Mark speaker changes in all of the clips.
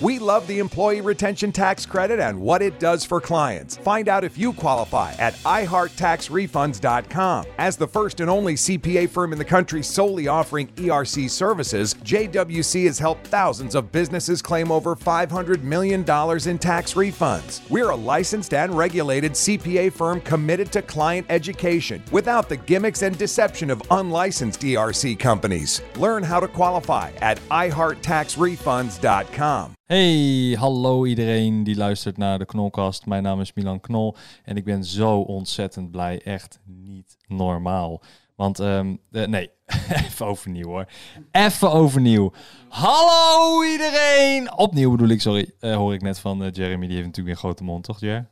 Speaker 1: We love the Employee Retention Tax Credit and what it does for clients. Find out if you qualify at iHeartTaxRefunds.com. As the first and only CPA firm in the country solely offering ERC services, JWC has helped thousands of businesses claim over $500 million in tax refunds. We're a licensed and regulated CPA firm committed to client education without the gimmicks and deception of unlicensed ERC companies. Learn how to qualify at iHeartTaxRefunds.com.
Speaker 2: Hey, hallo iedereen die luistert naar de Knolkast. Mijn naam is Milan Knol en ik ben zo ontzettend blij. Echt niet normaal. Want, ehm, eh, nee, even overnieuw hoor. Even overnieuw. Hallo iedereen! Opnieuw bedoel ik, sorry. Eh, hoor ik net van eh, Jeremy, die heeft natuurlijk weer een grote mond, toch Jer?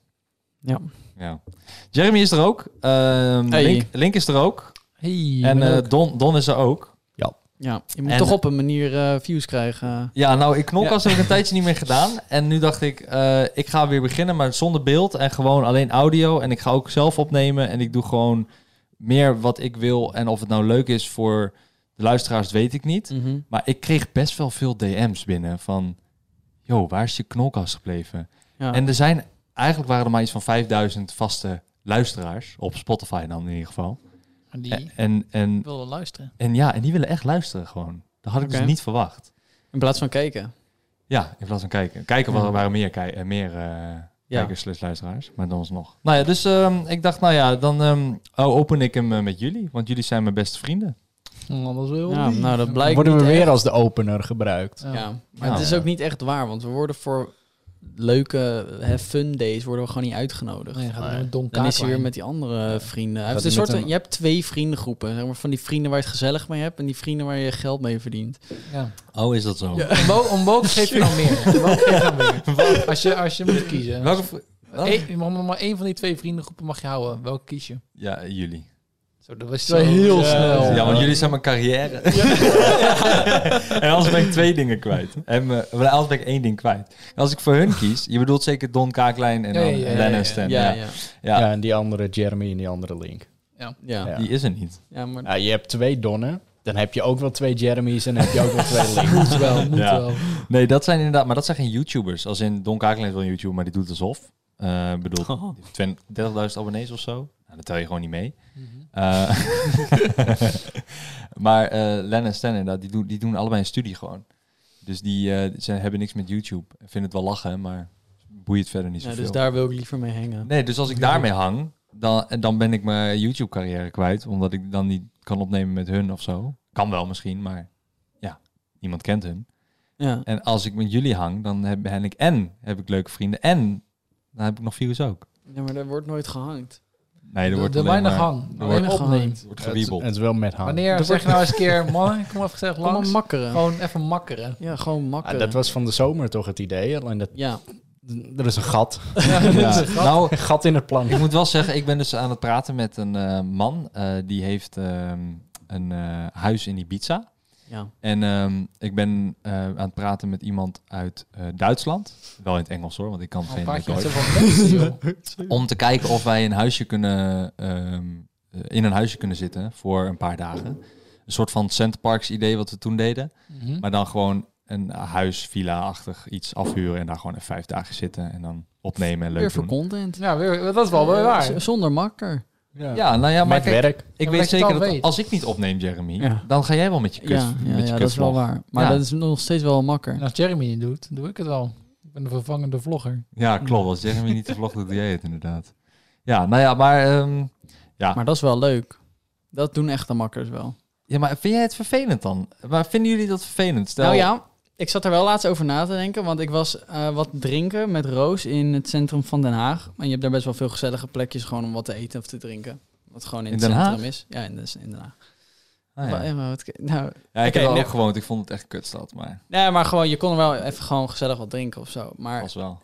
Speaker 3: Ja.
Speaker 2: Ja. Jeremy is er ook. Ehm,
Speaker 3: Hey.
Speaker 2: Link, Link is er ook.
Speaker 3: Hey,
Speaker 2: en eh, Don, Don is er ook.
Speaker 3: ja, je moet
Speaker 2: en-
Speaker 3: toch op een manier eh, views krijgen.
Speaker 2: Ja, nou, ik knolkast heb ik een tijdje niet meer gedaan. En nu dacht ik, eh, ik ga weer beginnen, maar zonder beeld en gewoon alleen audio. En ik ga ook zelf opnemen en ik doe gewoon meer wat ik wil. En of het nou leuk is voor de luisteraars, dat weet ik niet.
Speaker 3: Mm.
Speaker 2: Maar ik kreeg best wel veel DM's binnen van... Yo, waar is je knolkast gebleven?
Speaker 3: Ja.
Speaker 2: En er zijn... Eigenlijk waren er maar iets van 5000 vaste luisteraars. Op Spotify dan in ieder geval.
Speaker 4: Maar die
Speaker 2: En, en, en,
Speaker 4: wil wel luisteren.
Speaker 2: en ja, en die willen echt luisteren gewoon. Dat had ik
Speaker 3: Oké.
Speaker 2: dus niet verwacht.
Speaker 3: In plaats van kijken.
Speaker 2: Ja, in plaats van kijken. Kijken wa-
Speaker 3: Ja.
Speaker 2: waren meer, kijk- eh, meer eh, kijkers slash luisteraars, maar dan nog. Nou ja, dus ehm, ik dacht, nou ja, dan ehm, oh, open ik hem eh, met jullie, want jullie zijn mijn beste vrienden.
Speaker 4: Oh, dat is wel
Speaker 3: Ja,
Speaker 4: lief.
Speaker 3: nou, dat blijkt
Speaker 5: Worden we
Speaker 3: niet
Speaker 5: weer
Speaker 3: echt.
Speaker 5: als de opener gebruikt?
Speaker 4: Ja.
Speaker 3: Ja. Maar
Speaker 2: Ja.
Speaker 3: het is ook niet echt waar, want we worden voor leuke hè, fun days worden we gewoon niet uitgenodigd.
Speaker 4: Nee, gaat weer met Don
Speaker 3: Dan is hij weer
Speaker 4: Kaaklijn.
Speaker 3: met die andere vrienden. Hij
Speaker 5: Gaat
Speaker 3: heeft een
Speaker 5: hij
Speaker 3: soort,
Speaker 5: met hem-
Speaker 3: Je hebt twee vriendengroepen. Zeg maar, van die vrienden waar je het gezellig mee hebt en die vrienden waar je geld mee verdient.
Speaker 4: Ja.
Speaker 2: Oh, is dat zo?
Speaker 4: Om wel- Om welke geef je nou meer? Om welke geef je nou meer? Als je, als je moet kiezen.
Speaker 2: Welke vri-
Speaker 4: Eén- je mag maar één van die twee vriendengroepen mag je houden. Welke kies je?
Speaker 2: Ja, jullie.
Speaker 4: Zo, dat was
Speaker 3: is wel heel snel.
Speaker 4: Ja,
Speaker 2: Ja,
Speaker 4: ja,
Speaker 2: want jullie zijn mijn carrière. en anders ben ik twee dingen kwijt. En eh, maar anders ben ik één ding kwijt. En als ik voor hun kies, je bedoelt zeker Don Kaaklijn en
Speaker 4: Ja,
Speaker 2: dan
Speaker 4: ja, ja,
Speaker 2: Lennon
Speaker 4: ja, ja.
Speaker 2: Stem.
Speaker 3: ja,
Speaker 2: Ja,
Speaker 3: ja.
Speaker 2: Ja.
Speaker 5: Ja. en die andere Jeremy en die andere Link.
Speaker 3: Ja, ja.
Speaker 5: Ja.
Speaker 2: Die is er niet.
Speaker 3: maar
Speaker 5: Nou, je hebt twee Donnen, dan heb je ook wel twee Jeremy's en dan heb je ook wel twee Links.
Speaker 4: moet wel, moet
Speaker 2: Ja.
Speaker 4: wel.
Speaker 2: Nee, dat zijn inderdaad, maar dat zijn geen YouTubers. Als in Don Kakelin is wel een YouTuber, maar die doet alsof. Eh bedoel,
Speaker 3: Oh.
Speaker 2: 20 30.000 abonnees of zo. Nou, dat tel je gewoon niet mee.
Speaker 3: Mhm.
Speaker 2: Eh, maar eh Len en Stan inderdaad, die doen, die doen allebei een studie gewoon. Dus die eh, ze hebben niks met YouTube. Ik vind het wel lachen, maar boeit het verder niet
Speaker 3: ja,
Speaker 2: zoveel.
Speaker 3: dus daar wil ik liever mee hangen.
Speaker 2: Nee, dus als ik daarmee hang, dan, dan ben ik mijn YouTube-carrière kwijt. Omdat ik dan niet kan opnemen met hun of zo. Kan wel misschien, maar ja, niemand kent hun.
Speaker 3: Ja.
Speaker 2: En als ik met jullie hang, dan heb ben ik en heb ik leuke vrienden en dan heb ik nog views ook.
Speaker 3: ja, maar er wordt nooit gehangt.
Speaker 2: Nee,
Speaker 4: Er
Speaker 2: er wordt
Speaker 4: de
Speaker 2: alleen
Speaker 4: weinig
Speaker 2: maar-
Speaker 4: hang.
Speaker 2: er
Speaker 4: Alleen
Speaker 2: wordt-
Speaker 4: maar opneemt.
Speaker 2: er wordt
Speaker 5: Het, is-
Speaker 2: gewiebeld.
Speaker 5: het is wel met hand.
Speaker 4: Wanneer zeg je nou eens een keer, man, kom even gezellig
Speaker 3: Kom maar
Speaker 4: langs.
Speaker 3: makkeren.
Speaker 4: Gewoon even makkeren.
Speaker 3: Ja, gewoon
Speaker 5: Ah,
Speaker 3: makkeren.
Speaker 5: dat was van de zomer toch het idee? Alleen dat,
Speaker 3: Ja,
Speaker 5: er is een gat.
Speaker 2: Ja. Nou,
Speaker 5: Een gat in het plan.
Speaker 2: ik moet wel zeggen, ik ben dus aan het praten met een eh, man eh, die heeft ehm, een eh, huis in Ibiza.
Speaker 3: ja.
Speaker 2: En ehm, ik ben eh, aan het praten met iemand uit eh, Duitsland. Wel in het Engels hoor, want ik kan
Speaker 5: Oh,
Speaker 4: Al
Speaker 2: geen
Speaker 4: een paar keer
Speaker 2: Duits.
Speaker 4: zo van mensen, joh.
Speaker 2: Om te kijken of wij een huisje kunnen, ehm, eh, in een huisje kunnen zitten voor een paar dagen. Een soort van Centerparks idee wat we toen deden.
Speaker 4: Mhm.
Speaker 2: Maar dan gewoon een huis, villa-achtig iets afhuren en daar gewoon even vijf dagen zitten en dan opnemen en
Speaker 3: Weer
Speaker 2: leuk
Speaker 3: voor
Speaker 2: doen.
Speaker 3: content.
Speaker 4: Ja, weer- dat is wel weer waar.
Speaker 3: Z- Zonder makker.
Speaker 5: Ja.
Speaker 2: Ja, nou ja, maar
Speaker 5: met
Speaker 2: kijk,
Speaker 5: werk.
Speaker 2: ik weet
Speaker 4: Ja, dat je het
Speaker 2: zeker
Speaker 4: al
Speaker 2: dat
Speaker 4: weet.
Speaker 2: als ik niet opneem, Jeremy,
Speaker 3: Ja.
Speaker 2: dan ga jij wel met je kut,
Speaker 3: ja, ja,
Speaker 2: met je
Speaker 3: ja dat is wel
Speaker 2: kutvlog.
Speaker 3: waar. Maar
Speaker 2: Ja.
Speaker 3: dat is nog steeds wel makker.
Speaker 4: En als Jeremy het doet, doe ik het al. Ik ben de vervangende vlogger.
Speaker 2: Ja, klopt. Als Jeremy niet de vlog doet, doe jij het inderdaad. Ja, nou ja, maar, ehm,
Speaker 3: Maar dat is wel leuk. Dat doen echte makkers wel.
Speaker 2: ja, maar vind jij het vervelend dan? Maar vinden jullie dat vervelend? Stel,
Speaker 3: Nou ja, ik zat er wel laatst over na te denken. Want ik was eh, wat drinken met Roos in het centrum van Den Haag. En je hebt daar best wel veel gezellige plekjes gewoon om wat te eten of te drinken. Wat gewoon
Speaker 2: In
Speaker 3: in, het
Speaker 2: Den
Speaker 3: centrum
Speaker 2: Haag?
Speaker 3: is. Ja, in, de- in Den Haag.
Speaker 2: Ah,
Speaker 3: Maar,
Speaker 2: ja.
Speaker 3: ja, maar wat- nou,
Speaker 2: Ja, ik
Speaker 3: Oké,
Speaker 2: heb er
Speaker 3: nee.
Speaker 2: ook gewoond. Ik vond het echt kutstad, maar
Speaker 3: nee, maar gewoon, je kon er wel even gewoon gezellig wat drinken of zo. Maar
Speaker 2: was wel.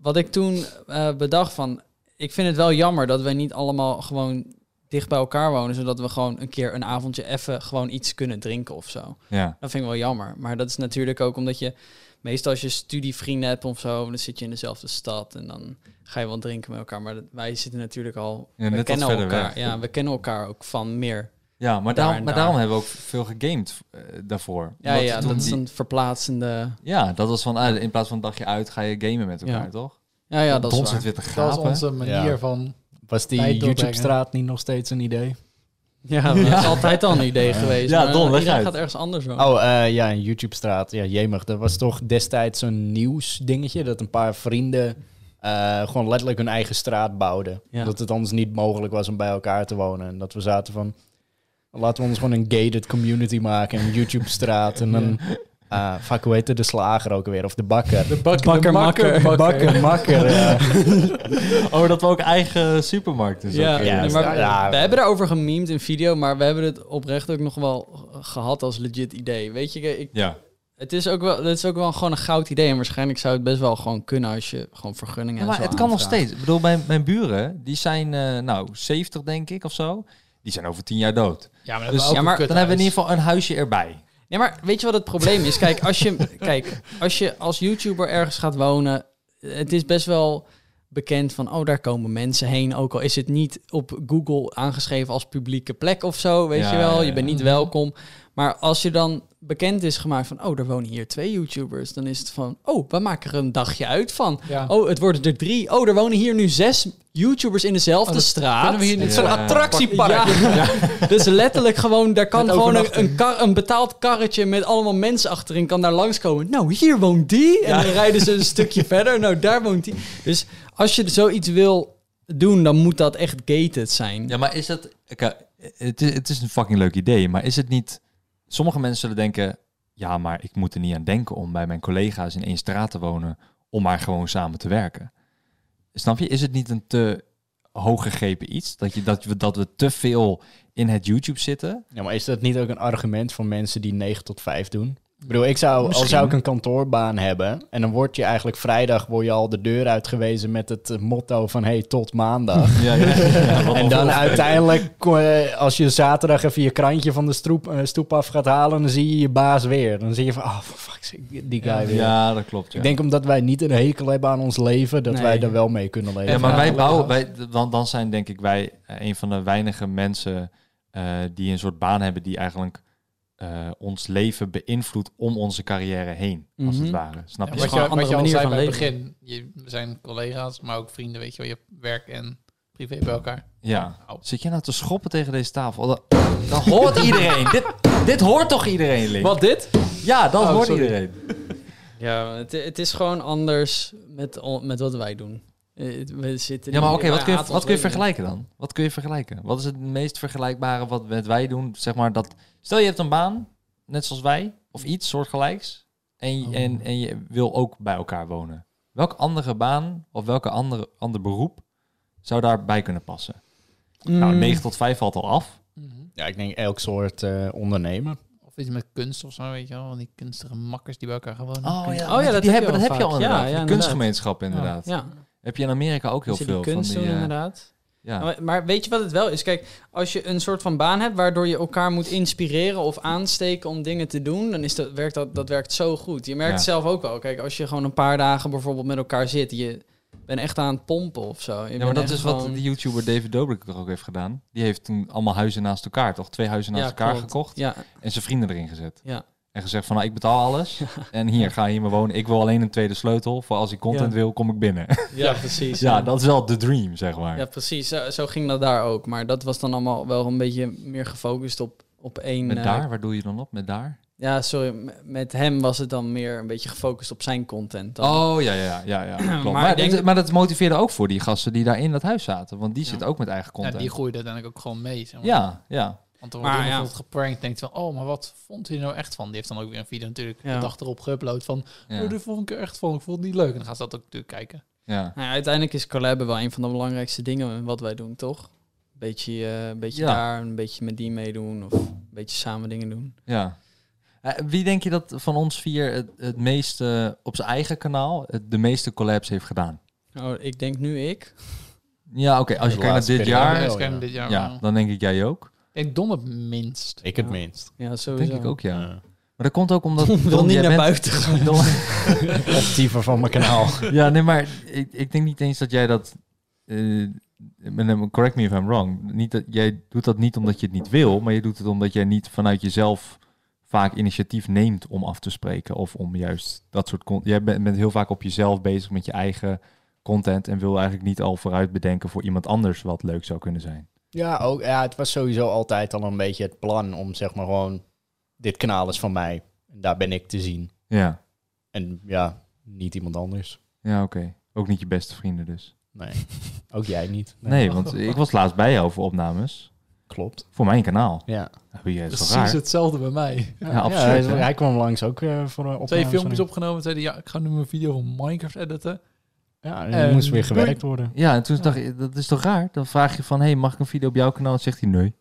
Speaker 3: wat ik toen eh, bedacht van... Ik vind het wel jammer dat wij niet allemaal gewoon dicht bij elkaar wonen. Zodat we gewoon een keer een avondje even gewoon iets kunnen drinken of zo.
Speaker 2: Ja.
Speaker 3: Dat vind ik wel jammer. Maar dat is natuurlijk ook omdat je... Meestal als je studievrienden hebt of zo... dan zit je in dezelfde stad en dan ga je wel drinken met elkaar. Maar dat- wij zitten natuurlijk al...
Speaker 2: Ja,
Speaker 3: we
Speaker 2: net wat
Speaker 3: kennen
Speaker 2: verder
Speaker 3: elkaar.
Speaker 2: weg.
Speaker 3: Ja, we kennen elkaar ook van meer
Speaker 2: Ja, maar, daarom,
Speaker 3: en
Speaker 2: maar
Speaker 3: daar.
Speaker 2: daarom hebben we ook veel gegamed eh, daarvoor.
Speaker 3: Ja,
Speaker 2: Omdat
Speaker 3: ja
Speaker 2: toen
Speaker 3: dat is
Speaker 2: die-
Speaker 3: een verplaatsende...
Speaker 2: ja, dat was van, ah, in plaats van een dagje uit ga je gamen met elkaar,
Speaker 3: Ja.
Speaker 2: toch?
Speaker 3: Ja, ja, dat is
Speaker 2: Dons
Speaker 3: waar.
Speaker 2: het weer te
Speaker 4: Dat is
Speaker 2: gapen.
Speaker 4: onze manier
Speaker 5: Ja.
Speaker 4: van...
Speaker 5: Was
Speaker 4: Tijd
Speaker 5: die
Speaker 4: doorbrengen.
Speaker 5: YouTube-straat niet nog steeds een idee?
Speaker 3: Ja, maar dat is altijd al een idee geweest.
Speaker 2: Ja,
Speaker 3: maar
Speaker 2: Don, leg
Speaker 3: iedereen
Speaker 2: uit.
Speaker 3: gaat ergens anders over.
Speaker 5: Oh, eh, ja, een YouTube-straat. Ja, jemig. Dat was toch destijds zo'n nieuwsdingetje... dat een paar vrienden eh, gewoon letterlijk hun eigen straat bouwden.
Speaker 3: Ja.
Speaker 5: Dat het anders niet mogelijk was om bij elkaar te wonen. En dat we zaten van... laten we ons gewoon een gated community maken. Een YouTube-straat en een... eh, fuck, hoe heette de slager ook weer? Of de bakker.
Speaker 4: De bak,
Speaker 3: Bakker, makker.
Speaker 4: bakker.
Speaker 5: Bakker, makker. ja.
Speaker 2: Oh, dat we ook eigen supermarkten zo
Speaker 3: Ja,
Speaker 2: kunnen.
Speaker 5: ja,
Speaker 3: nee, maar we-
Speaker 5: ja.
Speaker 3: we hebben erover gememd in video, maar we hebben het oprecht ook nog wel gehad als legit idee. Weet je, ik,
Speaker 2: Ja.
Speaker 3: het is ook wel, het is ook wel gewoon een goud idee en waarschijnlijk zou het best wel gewoon kunnen als je gewoon vergunningen
Speaker 2: Ja,
Speaker 3: en
Speaker 2: maar
Speaker 3: zo
Speaker 2: het kan nog
Speaker 3: aanvraagt.
Speaker 2: steeds. Ik bedoel, mijn, mijn buren, die zijn eh, nou 70 denk ik of zo. Die zijn over 10 jaar dood.
Speaker 4: Ja, maar,
Speaker 2: Dus-
Speaker 4: dus, ja,
Speaker 3: Ja, maar
Speaker 2: Dan hebben we in ieder geval een huisje erbij.
Speaker 3: Nee, maar weet je wat het probleem is? Kijk, als je, kijk, als je als YouTuber ergens gaat wonen, het is best wel bekend van, oh, daar komen mensen heen. Ook al is het niet op Google aangeschreven als publieke plek of zo, weet
Speaker 2: Ja,
Speaker 3: je wel.
Speaker 2: ja,
Speaker 3: Je bent
Speaker 2: ja.
Speaker 3: niet welkom. Maar als je dan bekend is gemaakt van, oh, er wonen hier twee YouTubers, dan is het van, oh, we maken er een dagje uit van.
Speaker 4: Ja.
Speaker 3: Oh, het worden er drie. Oh, er wonen hier nu zes YouTubers in dezelfde
Speaker 4: Oh, dat
Speaker 3: straat.
Speaker 4: kunnen we hier niet
Speaker 2: Ja.
Speaker 4: zo-
Speaker 3: Attractiepark. Dus letterlijk gewoon, daar kan
Speaker 4: Met
Speaker 3: gewoon een,
Speaker 4: overnachting.
Speaker 3: een, kar- een betaald karretje met allemaal mensen achterin kan daar langskomen. Nou, hier woont die. En dan rijden ze een stukje verder. Nou, daar woont die. Dus als je zoiets wil doen, dan moet dat echt gated zijn.
Speaker 2: Ja, maar is dat... Kijk, het, is, het is een fucking leuk idee, maar is het niet... Sommige mensen zullen denken... Ja, maar ik moet er niet aan denken om bij mijn collega's in één straat te wonen... om maar gewoon samen te werken. Snap je? Is het niet een te hooggegrepen iets? Dat, je, dat, we, dat we te veel in het YouTube zitten?
Speaker 5: Ja, maar is dat niet ook een argument voor mensen die 9 tot 5 doen? Ik bedoel, ik zou, al
Speaker 2: Misschien.
Speaker 5: zou ik een kantoorbaan hebben... en dan word je eigenlijk vrijdag word je al de deur uitgewezen... met het eh, motto van, hey, tot maandag.
Speaker 2: Ja, ja.
Speaker 5: en dan uiteindelijk, eh, als je zaterdag even je krantje van de stroep, eh, stoep af gaat halen... dan zie je je baas weer. Dan zie je van, oh, for fuck's sake, die guy weer.
Speaker 2: Ja, dat klopt. Ja.
Speaker 5: Ik denk omdat wij niet een hekel hebben aan ons leven... dat
Speaker 3: Nee.
Speaker 5: wij er wel mee kunnen leven.
Speaker 2: Ja, maar
Speaker 4: Even
Speaker 2: wij
Speaker 4: aanleggen.
Speaker 2: bouwen, wij, dan, dan zijn denk ik wij eh, een van de weinige mensen eh, die een soort baan hebben die eigenlijk eh, ons leven beïnvloedt om onze carrière heen, als
Speaker 3: Mhm.
Speaker 2: het ware. Snap
Speaker 4: Ja,
Speaker 2: je?
Speaker 3: is
Speaker 4: wat,
Speaker 3: gewoon
Speaker 4: je,
Speaker 3: een andere
Speaker 4: wat je al
Speaker 3: manier
Speaker 4: zei
Speaker 3: van
Speaker 4: bij het begin. Je we zijn collega's, maar ook vrienden, weet je wel. Je hebt werk en privé bij elkaar.
Speaker 2: Ja.
Speaker 4: Au.
Speaker 2: Zit jij nou te schoppen tegen deze tafel? Dan, dan hoort iedereen. dit, dit hoort toch iedereen, Link?
Speaker 3: Wat dit?
Speaker 2: Ja, dat
Speaker 4: Oh,
Speaker 2: hoort
Speaker 4: sorry.
Speaker 2: iedereen.
Speaker 3: Ja, het, het is gewoon anders met, al- met wat wij doen. Eh, het- We zitten
Speaker 2: Ja, maar
Speaker 3: niet-
Speaker 2: oké, wat
Speaker 3: wij
Speaker 2: kun je,
Speaker 3: haten
Speaker 2: wat
Speaker 3: ons
Speaker 2: kun je
Speaker 3: leven.
Speaker 2: vergelijken dan? Wat kun je vergelijken? Wat is het meest vergelijkbare wat met wij doen? Zeg maar dat, stel je hebt een baan, net zoals wij, of iets soortgelijks, en, je- en,
Speaker 3: Oh.
Speaker 2: en je wil ook bij elkaar wonen. Welk andere baan of welke andere, ander beroep zou daarbij kunnen passen? Nou,
Speaker 3: Mm.
Speaker 2: 9 tot 5 valt al af.
Speaker 5: Ja, ik denk elk soort eh ondernemer.
Speaker 4: Of iets met kunst of zo, weet je wel. Van die kunstige makkers die bij elkaar gaan wonen.
Speaker 2: Oh
Speaker 3: ja, dat heb je
Speaker 2: die hebben,
Speaker 3: al
Speaker 2: dat heb je
Speaker 3: vaak.
Speaker 2: al inderdaad.
Speaker 3: Ja, ja,
Speaker 2: Die
Speaker 3: inderdaad.
Speaker 2: kunstgemeenschap inderdaad.
Speaker 3: Ja,
Speaker 2: Heb je in Amerika ook heel
Speaker 3: Zit die
Speaker 2: veel
Speaker 3: kunst
Speaker 2: van
Speaker 3: doen,
Speaker 2: die... eh,
Speaker 3: inderdaad.
Speaker 2: ja.
Speaker 3: Maar- Maar weet je wat het wel is? Kijk, als je een soort van baan hebt waardoor je elkaar moet inspireren of aansteken om dingen te doen, dan is dat, werkt dat, dat werkt zo goed. Je merkt
Speaker 2: Ja.
Speaker 3: het zelf ook wel. Kijk, als je gewoon een paar dagen bijvoorbeeld met elkaar zit, je bent echt aan het pompen of zo. Je
Speaker 2: Ja, maar
Speaker 3: bent
Speaker 2: dat
Speaker 3: echt
Speaker 2: is wat
Speaker 3: gewoon-
Speaker 2: de YouTuber David Dobrik toch ook heeft gedaan. Die heeft toen allemaal huizen naast elkaar, toch? Twee huizen naast
Speaker 3: Ja,
Speaker 2: elkaar
Speaker 3: klopt.
Speaker 2: gekocht
Speaker 3: Ja,
Speaker 2: en zijn vrienden erin gezet.
Speaker 3: Ja.
Speaker 2: En gezegd van, nou, ik betaal alles en hier, ga hier maar wonen. Ik wil alleen een tweede sleutel, voor als ik content
Speaker 3: Ja.
Speaker 2: wil, kom ik binnen.
Speaker 3: ja, precies.
Speaker 2: ja, dat is wel de dream, zeg maar.
Speaker 3: Ja, precies. Zo, zo ging dat daar ook. Maar dat was dan allemaal wel een beetje meer gefocust op, op één...
Speaker 2: Met
Speaker 3: eh,
Speaker 2: daar, waar doe je dan op? Met daar?
Speaker 3: ja, sorry. m- Met hem was het dan meer een beetje gefocust op zijn content. Dan.
Speaker 2: Oh, ja, ja, ja, ja. klopt. Maar,
Speaker 3: ik
Speaker 2: dat-
Speaker 3: denk-
Speaker 2: maar dat motiveerde ook voor die gasten die daar in dat huis zaten. Want die zitten ook met eigen
Speaker 4: Ja,
Speaker 2: content.
Speaker 4: die groeide uiteindelijk ook gewoon mee. Zeg maar.
Speaker 2: ja, ja.
Speaker 4: Want dan
Speaker 3: Maar
Speaker 4: wordt
Speaker 3: ja.
Speaker 4: iemand geprankt denkt van, oh, maar wat vond hij nou echt van? Die heeft dan ook weer een video natuurlijk
Speaker 3: Ja.
Speaker 4: de dag erop geüpload van,
Speaker 2: ja,
Speaker 4: oh, dit vond ik er echt van, ik vond het niet leuk. En dan gaan ze dat ook natuurlijk kijken.
Speaker 2: ja.
Speaker 3: Nou ja, uiteindelijk is collaben wel een van de belangrijkste dingen wat wij doen, toch? Beetje, eh, een beetje
Speaker 2: Ja.
Speaker 3: daar, een beetje met die meedoen of een beetje samen dingen doen.
Speaker 2: Ja. Eh, Wie denk je dat van ons vier het, het meeste op zijn eigen kanaal het, de meeste collabs heeft gedaan?
Speaker 3: Nou, ik denk nu ik.
Speaker 2: Ja, oké. als je
Speaker 5: De
Speaker 2: kijkt naar
Speaker 5: laatste
Speaker 2: dit
Speaker 5: Ja,
Speaker 4: Ja,
Speaker 2: jaar,
Speaker 4: dus
Speaker 5: periode.
Speaker 4: ik heb
Speaker 5: ja.
Speaker 4: dit jaar
Speaker 2: ja,
Speaker 4: wel.
Speaker 2: dan denk ik jij ook.
Speaker 4: Ik denk Don het minst.
Speaker 5: Ik het
Speaker 3: Ja.
Speaker 5: minst.
Speaker 3: Ja, sowieso.
Speaker 2: Denk ik ook, ja.
Speaker 5: Ja.
Speaker 2: Maar dat komt ook omdat... Don,
Speaker 3: wil niet
Speaker 2: jij
Speaker 3: naar
Speaker 2: bent-
Speaker 3: buiten gaan.
Speaker 2: Don-
Speaker 5: Actiever Eh, van mijn kanaal.
Speaker 2: ja, nee, maar ik, ik denk niet eens dat jij dat... eh, en correct me if I'm wrong, niet dat, jij doet dat niet omdat je het niet wil, maar je doet het omdat jij niet vanuit jezelf vaak initiatief neemt om af te spreken of om juist dat soort content. Jij bent, bent heel vaak op jezelf bezig met je eigen content en wil eigenlijk niet al vooruit bedenken voor iemand anders wat leuk zou kunnen zijn.
Speaker 5: Ja, ook, ja, het was sowieso altijd al een beetje het plan om zeg maar gewoon... Dit kanaal is van mij. En daar ben ik te zien.
Speaker 2: Ja,
Speaker 5: En ja, niet iemand anders.
Speaker 2: ja oké. Ook niet je beste vrienden dus.
Speaker 5: Nee, ook jij niet.
Speaker 2: Nee, want ik was laatst bij jou voor opnames.
Speaker 5: Klopt.
Speaker 2: Voor mijn kanaal.
Speaker 5: Ja.
Speaker 2: Nou, hier is wel
Speaker 4: Precies
Speaker 2: raar.
Speaker 4: hetzelfde bij mij.
Speaker 2: Ja, absoluut,
Speaker 5: hij,
Speaker 2: hè?
Speaker 5: hij kwam langs ook eh, voor een
Speaker 4: Twee
Speaker 5: opname,
Speaker 4: filmpjes
Speaker 5: sorry.
Speaker 4: opgenomen. Zeiden, ja, ik ga nu mijn video van Minecraft editen.
Speaker 5: Ja,
Speaker 4: Eh,
Speaker 5: er moest weer
Speaker 4: doei.
Speaker 5: gewerkt worden.
Speaker 2: Ja, en toen dacht ik, dat is toch raar? Dan vraag je van, hey, mag ik een video op jouw kanaal? En zegt hij, nee.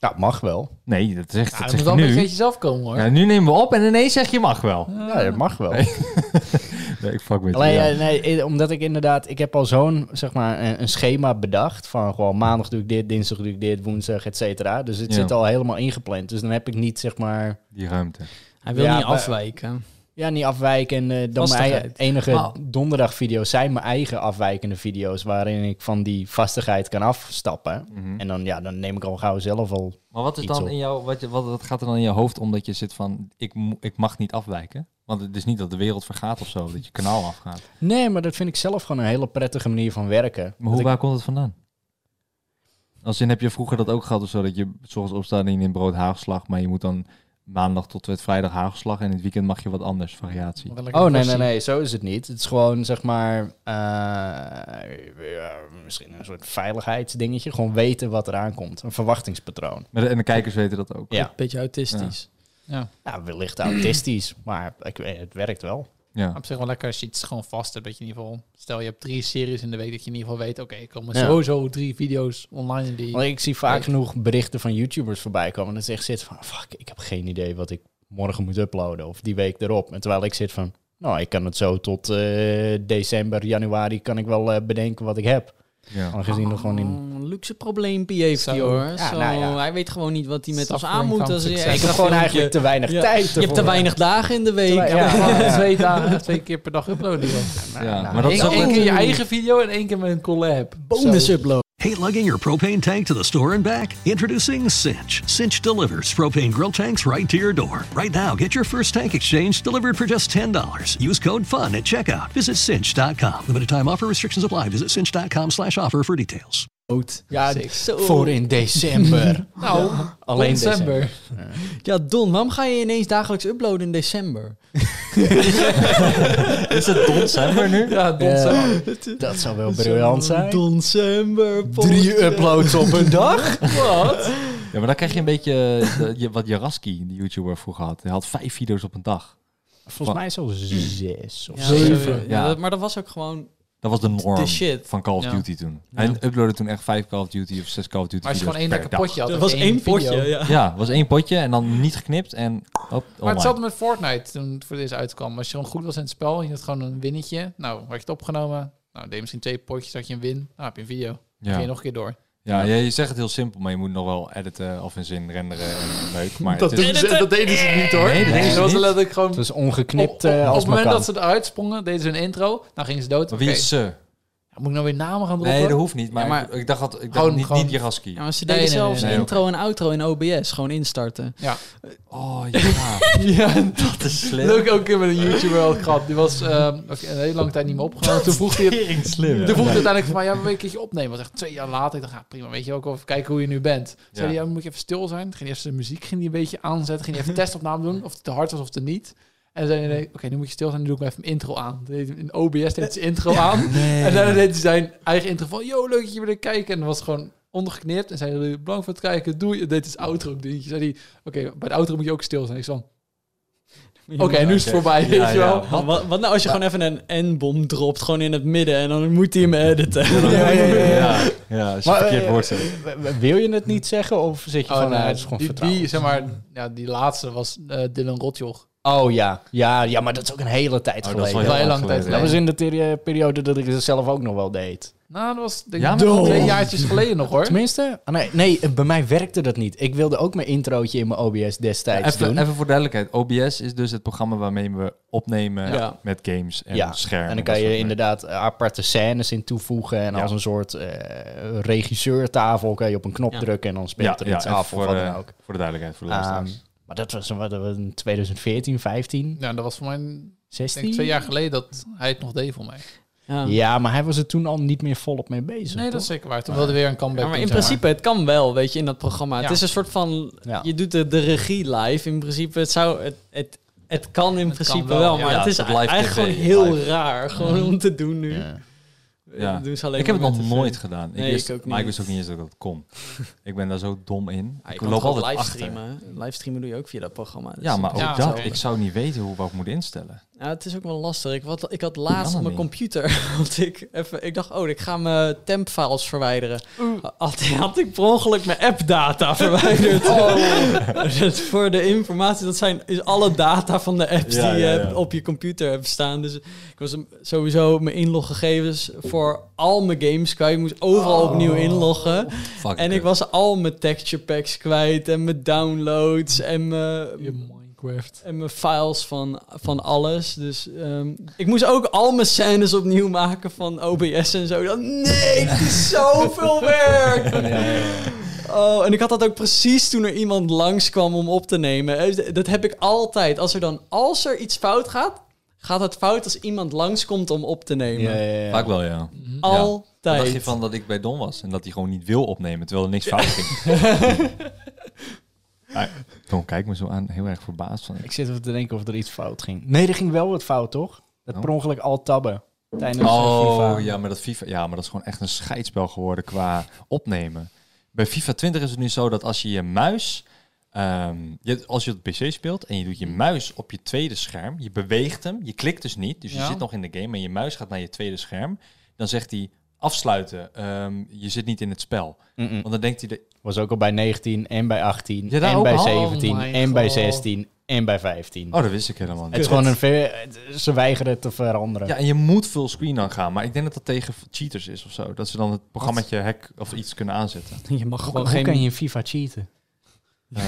Speaker 5: Ja, mag wel.
Speaker 2: Nee, dat zegt,
Speaker 4: Ja,
Speaker 2: dat zegt
Speaker 4: dat moet
Speaker 2: hij
Speaker 4: wel een beetje
Speaker 2: nu.
Speaker 4: uit jezelf komen hoor.
Speaker 2: Ja, nu nemen we op en ineens zeg je mag wel.
Speaker 4: Ah.
Speaker 5: Ja, dat mag wel.
Speaker 2: Nee, ik fuck met je.
Speaker 5: Alleen,
Speaker 2: ja.
Speaker 5: eh, nee, eh, omdat ik inderdaad, ik heb al zo'n, zeg maar, een, een schema bedacht van gewoon maandag doe ik dit, dinsdag doe ik dit, woensdag, et cetera. Dus het
Speaker 2: Ja.
Speaker 5: zit al helemaal ingepland. Dus dan heb ik niet, zeg maar,
Speaker 2: Die ruimte.
Speaker 3: Hij wil
Speaker 5: Ja,
Speaker 3: niet
Speaker 5: maar-
Speaker 3: afwijken.
Speaker 5: ja, niet afwijken. En eh, dan mijn
Speaker 3: Vastigheid.
Speaker 5: ei- enige
Speaker 2: Oh.
Speaker 5: donderdagvideo's zijn mijn eigen afwijkende video's waarin ik van die vastigheid kan afstappen.
Speaker 2: Mhm.
Speaker 5: En dan, ja, dan neem ik al gauw zelf al.
Speaker 2: Maar wat is
Speaker 5: Iets
Speaker 2: dan
Speaker 5: op.
Speaker 2: in jou, wat, je- wat, wat gaat er dan in je hoofd om dat je zit van, ik, mo- ik mag niet afwijken? Want het is niet dat de wereld vergaat of zo, dat je kanaal afgaat.
Speaker 5: Nee, maar dat vind ik zelf gewoon een hele prettige manier van werken.
Speaker 2: Maar
Speaker 5: Dat
Speaker 2: hoe,
Speaker 5: ik-
Speaker 2: waar komt het vandaan? Als in heb je vroeger dat ook gehad of zo, dat je 's ochtends opstaat en je neemt brood haagslag, maar je moet dan maandag tot en met vrijdag haagslag en in het weekend mag je wat anders, variatie.
Speaker 4: Wat een lekkere
Speaker 5: Oh nee, nee,
Speaker 4: versie.
Speaker 5: nee, zo is het niet. Het is gewoon zeg maar eh, ja, misschien een soort veiligheidsdingetje. Gewoon weten wat eraan komt. Een verwachtingspatroon.
Speaker 2: Maar de- en de kijkers weten dat ook.
Speaker 5: Ja.
Speaker 3: Beetje autistisch.
Speaker 4: Ja,
Speaker 5: Ja, wellicht autistisch, maar ik, weet- het werkt wel.
Speaker 2: Ja.
Speaker 4: op zich wel lekker als je iets gewoon vast hebt. Dat je in ieder geval, stel je hebt drie series in de week, dat je in ieder geval weet, oké, er komen
Speaker 5: Ja.
Speaker 4: sowieso drie video's online die...
Speaker 5: Want ik zie vaak
Speaker 4: Nee.
Speaker 5: genoeg berichten van YouTubers voorbij komen. En dat ze echt zitten van, fuck, ik heb geen idee wat ik morgen moet uploaden. Of die week erop. En terwijl ik zit van, nou, ik kan het zo tot eh, december, januari kan ik wel eh, bedenken wat ik heb.
Speaker 2: ja.
Speaker 5: Aangezien er gewoon in...
Speaker 3: Oh, een luxe probleempje heeft hij
Speaker 4: Zo.
Speaker 3: hoor.
Speaker 5: Ja,
Speaker 3: Zo,
Speaker 5: nou ja.
Speaker 3: Hij weet gewoon niet wat hij met ons
Speaker 4: Suffering
Speaker 3: aan moet.
Speaker 4: from
Speaker 3: Als je,
Speaker 4: success.
Speaker 3: ja,
Speaker 5: Ik
Speaker 4: Ik
Speaker 5: heb
Speaker 3: zag
Speaker 5: gewoon
Speaker 3: filmpje.
Speaker 5: eigenlijk te weinig
Speaker 3: Ja.
Speaker 5: tijd
Speaker 3: Je hebt te
Speaker 5: ervoor.
Speaker 3: weinig dagen in de week.
Speaker 5: weinig-
Speaker 4: Ja,
Speaker 5: Ja.
Speaker 4: maar gewoon Twee dagen, twee keer per dag uploaden. joh.
Speaker 2: Ja,
Speaker 5: nou,
Speaker 2: maar dat is ook
Speaker 4: Eén
Speaker 2: een-
Speaker 4: keer je eigen video en één keer met een collab.
Speaker 3: Bonus upload.
Speaker 6: Hate lugging your propane tank to the store and back? Introducing Cinch. Cinch delivers propane grill tanks right to your door. Right now, get your first tank exchange delivered for just $10. Use code FUN at checkout. Visit cinch.com. Limited time offer restrictions apply. Visit cinch.com slash offer for details.
Speaker 5: Ja,
Speaker 3: Zo.
Speaker 5: voor in december.
Speaker 4: Nou,
Speaker 5: Alleen
Speaker 4: december.
Speaker 3: Ja, Don, waarom ga je ineens dagelijks uploaden in december?
Speaker 2: Is het december nu?
Speaker 4: Ja, december.
Speaker 5: Dat zou wel briljant zijn.
Speaker 3: December.
Speaker 5: Drie
Speaker 2: eh,
Speaker 5: uploads op een dag?
Speaker 3: Wat?
Speaker 2: Ja, maar dan krijg je een beetje eh, dat je- wat Jaraski, die YouTuber, vroeger had. Hij had vijf video's op een dag.
Speaker 5: Volgens mij zo zes of
Speaker 3: Ja,
Speaker 5: zo.
Speaker 3: zeven.
Speaker 2: Ja.
Speaker 3: Ja, dat- maar dat was ook gewoon...
Speaker 2: Dat was de norm
Speaker 3: De shit.
Speaker 2: van Call of
Speaker 4: Ja.
Speaker 2: Duty toen. Hij uploadde toen echt vijf Call of Duty of zes Call of Duty
Speaker 4: Maar als je gewoon één
Speaker 2: video's per dag.
Speaker 4: lekker potje had.
Speaker 3: Dat
Speaker 4: of
Speaker 3: was één
Speaker 4: video.
Speaker 3: potje, ja.
Speaker 2: Ja, was één potje en dan niet geknipt en hop,
Speaker 4: Maar
Speaker 2: online.
Speaker 4: hetzelfde met Fortnite toen het voor deze uitkwam. Als je gewoon goed was in het spel, je had gewoon een winnetje. Nou, had je het opgenomen. Nou, deed je misschien twee potjes, had je een win. Nou, heb je een video. Dan
Speaker 2: Ja.
Speaker 4: Ging je nog een keer door.
Speaker 2: Ja, ja, je zegt het heel simpel, maar je moet nog wel editen of in zin renderen en leuk. Maar het is-
Speaker 4: dat deden ze niet hoor.
Speaker 2: Nee, dat deden ze
Speaker 4: was
Speaker 2: niet.
Speaker 4: letterlijk gewoon...
Speaker 5: Het
Speaker 4: Op,
Speaker 5: was ongeknipt
Speaker 4: op- op
Speaker 5: eh, als
Speaker 4: het
Speaker 5: maar
Speaker 4: moment dat
Speaker 5: kan.
Speaker 4: ze eruit sprongen, deden ze een intro. Dan gingen ze dood.
Speaker 2: Maar
Speaker 4: Oké,
Speaker 2: wie is ze?
Speaker 4: Moet ik nou weer namen gaan roepen?
Speaker 2: Nee, dat hoeft niet. Maar,
Speaker 3: Ja, maar-
Speaker 2: ik, ik dacht, dat, ik dacht
Speaker 4: Gewoon-
Speaker 2: niet,
Speaker 4: gewoon-
Speaker 2: niet Jaraski.
Speaker 3: Ja, maar ze
Speaker 4: Nee,
Speaker 3: deden
Speaker 4: nee, nee,
Speaker 3: zelfs
Speaker 2: nee, nee.
Speaker 3: intro en outro in OBS. Gewoon instarten.
Speaker 4: Ja.
Speaker 2: Oh ja, dat is slim.
Speaker 4: Leuk ook een keer met een YouTuber had gehad. Die was ehm, of- een hele lange tijd niet meer opgenomen. Toen vroeg hij het,
Speaker 2: Tering slim.
Speaker 4: toen vroeg hij uiteindelijk van, ja, wil je een keertje opnemen? was echt twee jaar later. Ik dacht, ja, prima, weet je ook wel, even kijken hoe je nu bent. Zei
Speaker 2: Ja.
Speaker 4: hij, ja, moet je even stil zijn? Toen Ging hij even zijn muziek ging hij een beetje aanzetten. Ging hij even testopname doen, of het te hard was of te niet. En zei hij, nee, oké, nu moet je stil zijn, dan doe ik maar even een intro aan. Toen deed hij in OBS deed hij zijn intro aan. En daarna deed hij zijn eigen intro van, yo, leuk dat je weer kijken. En dat was gewoon ondergeknipt. En zei hij, bedankt voor het kijken, doei. En deed hij zijn outro ook dingetje. Zei hij, oké, bij de outro moet je ook stil zijn. Ik zei, oké, nu is het voorbij,
Speaker 2: Ja,
Speaker 4: weet je wel.
Speaker 2: ja.
Speaker 3: Wat, wat- wat nou als je gewoon even een N-bom dropt, gewoon in het midden, en dan moet hij hem editen.
Speaker 2: Ja, ja, ja. ja. als je
Speaker 5: Maar,
Speaker 2: verkeerd
Speaker 5: eh,
Speaker 2: woord zegt.
Speaker 5: W- w- Wil je het niet zeggen of zit je
Speaker 4: Oh,
Speaker 5: van,
Speaker 4: nee,
Speaker 5: eh, het is gewoon
Speaker 4: die,
Speaker 5: vertrouwen?
Speaker 4: die, zeg maar, ja, die laatste was eh, Dylan Rotjoch.
Speaker 5: Oh ja. ja, ja, maar dat is ook een hele tijd
Speaker 2: Oh, dat is wel
Speaker 5: geleden.
Speaker 2: heel
Speaker 5: Dat,
Speaker 4: Vrij
Speaker 2: lang
Speaker 4: lang tijd
Speaker 2: geleden.
Speaker 5: eh,
Speaker 4: geleden.
Speaker 5: was in de teri- periode dat ik het zelf ook nog wel deed.
Speaker 4: Nou, dat was denk
Speaker 2: Ja,
Speaker 4: ik
Speaker 2: maar-
Speaker 4: wel twee jaartjes geleden nog hoor.
Speaker 5: Tenminste, ah, nee, nee, bij mij werkte dat niet. Ik wilde ook mijn introotje in mijn OBS destijds
Speaker 2: Even,
Speaker 5: doen.
Speaker 2: even voor duidelijkheid, OBS is dus het programma waarmee we opnemen
Speaker 3: Ja.
Speaker 2: met games en
Speaker 5: ja,
Speaker 2: schermen.
Speaker 5: en dan kan
Speaker 2: dat
Speaker 5: je
Speaker 2: soort
Speaker 5: inderdaad eh, aparte scènes in toevoegen. En
Speaker 2: Ja.
Speaker 5: als een soort eh, regisseurtafel kan je op een knop
Speaker 3: Ja.
Speaker 5: drukken en dan
Speaker 2: dingen.
Speaker 5: speelt er iets
Speaker 2: even
Speaker 5: af of
Speaker 2: voor,
Speaker 5: wat
Speaker 2: de-
Speaker 5: dan ook.
Speaker 2: voor de duidelijkheid, voor de
Speaker 5: Ehm,
Speaker 2: luisteraars.
Speaker 5: maar dat was wat, dat was in 2014, 15,
Speaker 4: Nou, dat was voor mij een- denk
Speaker 5: 16?
Speaker 4: ik, twee jaar geleden dat hij het nog deed voor mij.
Speaker 3: Ja.
Speaker 5: Ja, maar hij was er toen al niet meer volop mee bezig.
Speaker 4: Nee, dat is
Speaker 5: toch?
Speaker 4: zeker waar. Toen wilde weer een comeback.
Speaker 3: Ja, maar
Speaker 4: doen,
Speaker 3: in
Speaker 4: zeg
Speaker 3: principe, het kan wel, weet je, in dat programma. Het
Speaker 4: Ja.
Speaker 3: is een soort van,
Speaker 5: Ja.
Speaker 3: je doet de, de regie live. In principe, het zou, het, het, het kan in
Speaker 4: Het kan
Speaker 3: principe
Speaker 4: wel,
Speaker 3: wel, maar
Speaker 2: ja.
Speaker 3: het is
Speaker 2: Ja, het live
Speaker 3: eigenlijk
Speaker 2: TV,
Speaker 3: gewoon heel
Speaker 2: live.
Speaker 3: raar gewoon om te doen nu.
Speaker 5: Ja.
Speaker 2: Ja.
Speaker 3: Dat doen ze alleen
Speaker 2: Ik heb het
Speaker 3: maar
Speaker 2: nog
Speaker 3: met
Speaker 2: nooit
Speaker 3: tv.
Speaker 2: gedaan. Ik
Speaker 3: Nee,
Speaker 2: wist,
Speaker 3: ik ook
Speaker 2: Maar ik
Speaker 3: niet.
Speaker 2: wist ook niet eens dat dat kon. ik ben daar zo dom in.
Speaker 3: Ja, je
Speaker 2: ik
Speaker 3: kan
Speaker 2: loop
Speaker 3: toch ook
Speaker 2: altijd achter.
Speaker 3: livestreamen. Livestreamen doe je ook via dat programma. dus
Speaker 2: Ja,
Speaker 3: dat
Speaker 2: maar ook
Speaker 3: is
Speaker 4: Ja,
Speaker 2: dat.
Speaker 3: hetzelfde.
Speaker 2: Ik zou niet weten hoe wat ik moet instellen.
Speaker 3: Ja, het is ook wel lastig. Ik, wat, ik had laatst
Speaker 2: dat
Speaker 3: op mijn
Speaker 2: niet?
Speaker 3: computer, want ik, even, ik dacht, oh, ik ga mijn tempfiles verwijderen. Had, had ik per ongeluk mijn appdata verwijderd. Dus voor de informatie, dat zijn is alle data van de apps
Speaker 2: Ja,
Speaker 3: die
Speaker 2: ja,
Speaker 3: je
Speaker 2: ja.
Speaker 3: hebt op je computer hebt staan. Dus ik was hem- sowieso mijn inloggegevens voor al mijn games kwijt. Ik moest overal opnieuw inloggen.
Speaker 2: Fuck
Speaker 3: En ik was al mijn texture packs kwijt en mijn downloads en mijn...
Speaker 4: maar. Je Minecraft.
Speaker 3: En mijn files van, van alles. Dus ehm, ik moest ook al mijn scènes opnieuw maken van OBS en zo. Dan, nee, dit is zoveel werk. Oh, en ik had dat ook precies toen er iemand langskwam om op te nemen. Eh, Dat heb ik altijd. Als er dan, als er iets fout gaat, gaat het fout als iemand langskomt om op te nemen.
Speaker 5: Ja, ja, ja.
Speaker 2: Vaak wel, ja. Dan dacht
Speaker 3: Altijd.
Speaker 2: je van dat ik bij Don was en dat hij gewoon niet wil opnemen, terwijl er niks fout ging. Hij- Don kijkt me zo aan, heel erg verbaasd van.
Speaker 5: Ik zit even te denken of er iets fout ging. Nee, er ging wel wat fout, toch? Dat
Speaker 2: Oh.
Speaker 5: per ongeluk al tabben. Tijdens eh, FIFA.
Speaker 2: Oh ja maar, dat FIFA, ja, maar dat is gewoon echt een scheidspel geworden qua opnemen. Bij FIFA 20 is het nu zo dat als je je muis, ehm, je, als je op de PC speelt en je doet je
Speaker 5: Mhm.
Speaker 2: muis op je tweede scherm, je beweegt hem, je klikt dus niet, dus je
Speaker 4: Ja.
Speaker 2: zit nog in de game en je muis gaat naar je tweede scherm, dan zegt hij afsluiten, ehm, je zit niet in het spel.
Speaker 5: Mm-mm.
Speaker 2: Want dan denkt hij, de,
Speaker 5: Was ook al bij 19 en bij 18
Speaker 2: Ja, daar
Speaker 5: en
Speaker 2: ook
Speaker 5: bij
Speaker 2: al?
Speaker 5: 17
Speaker 4: Oh my
Speaker 5: en bij
Speaker 4: God.
Speaker 5: 16 en bij 15.
Speaker 2: oh dat wist ik helemaal niet.
Speaker 5: het is gewoon een... ver- het- Ze weigeren het te veranderen.
Speaker 2: Ja, en je moet full screen dan gaan. Maar ik denk dat dat tegen cheaters is of zo. Dat ze dan het programmaatje hack of iets kunnen aanzetten.
Speaker 3: je mag
Speaker 5: Hoe,
Speaker 3: gewoon
Speaker 5: hoe
Speaker 3: geen...
Speaker 5: kan
Speaker 3: Je
Speaker 5: je in FIFA cheaten?
Speaker 2: Eh,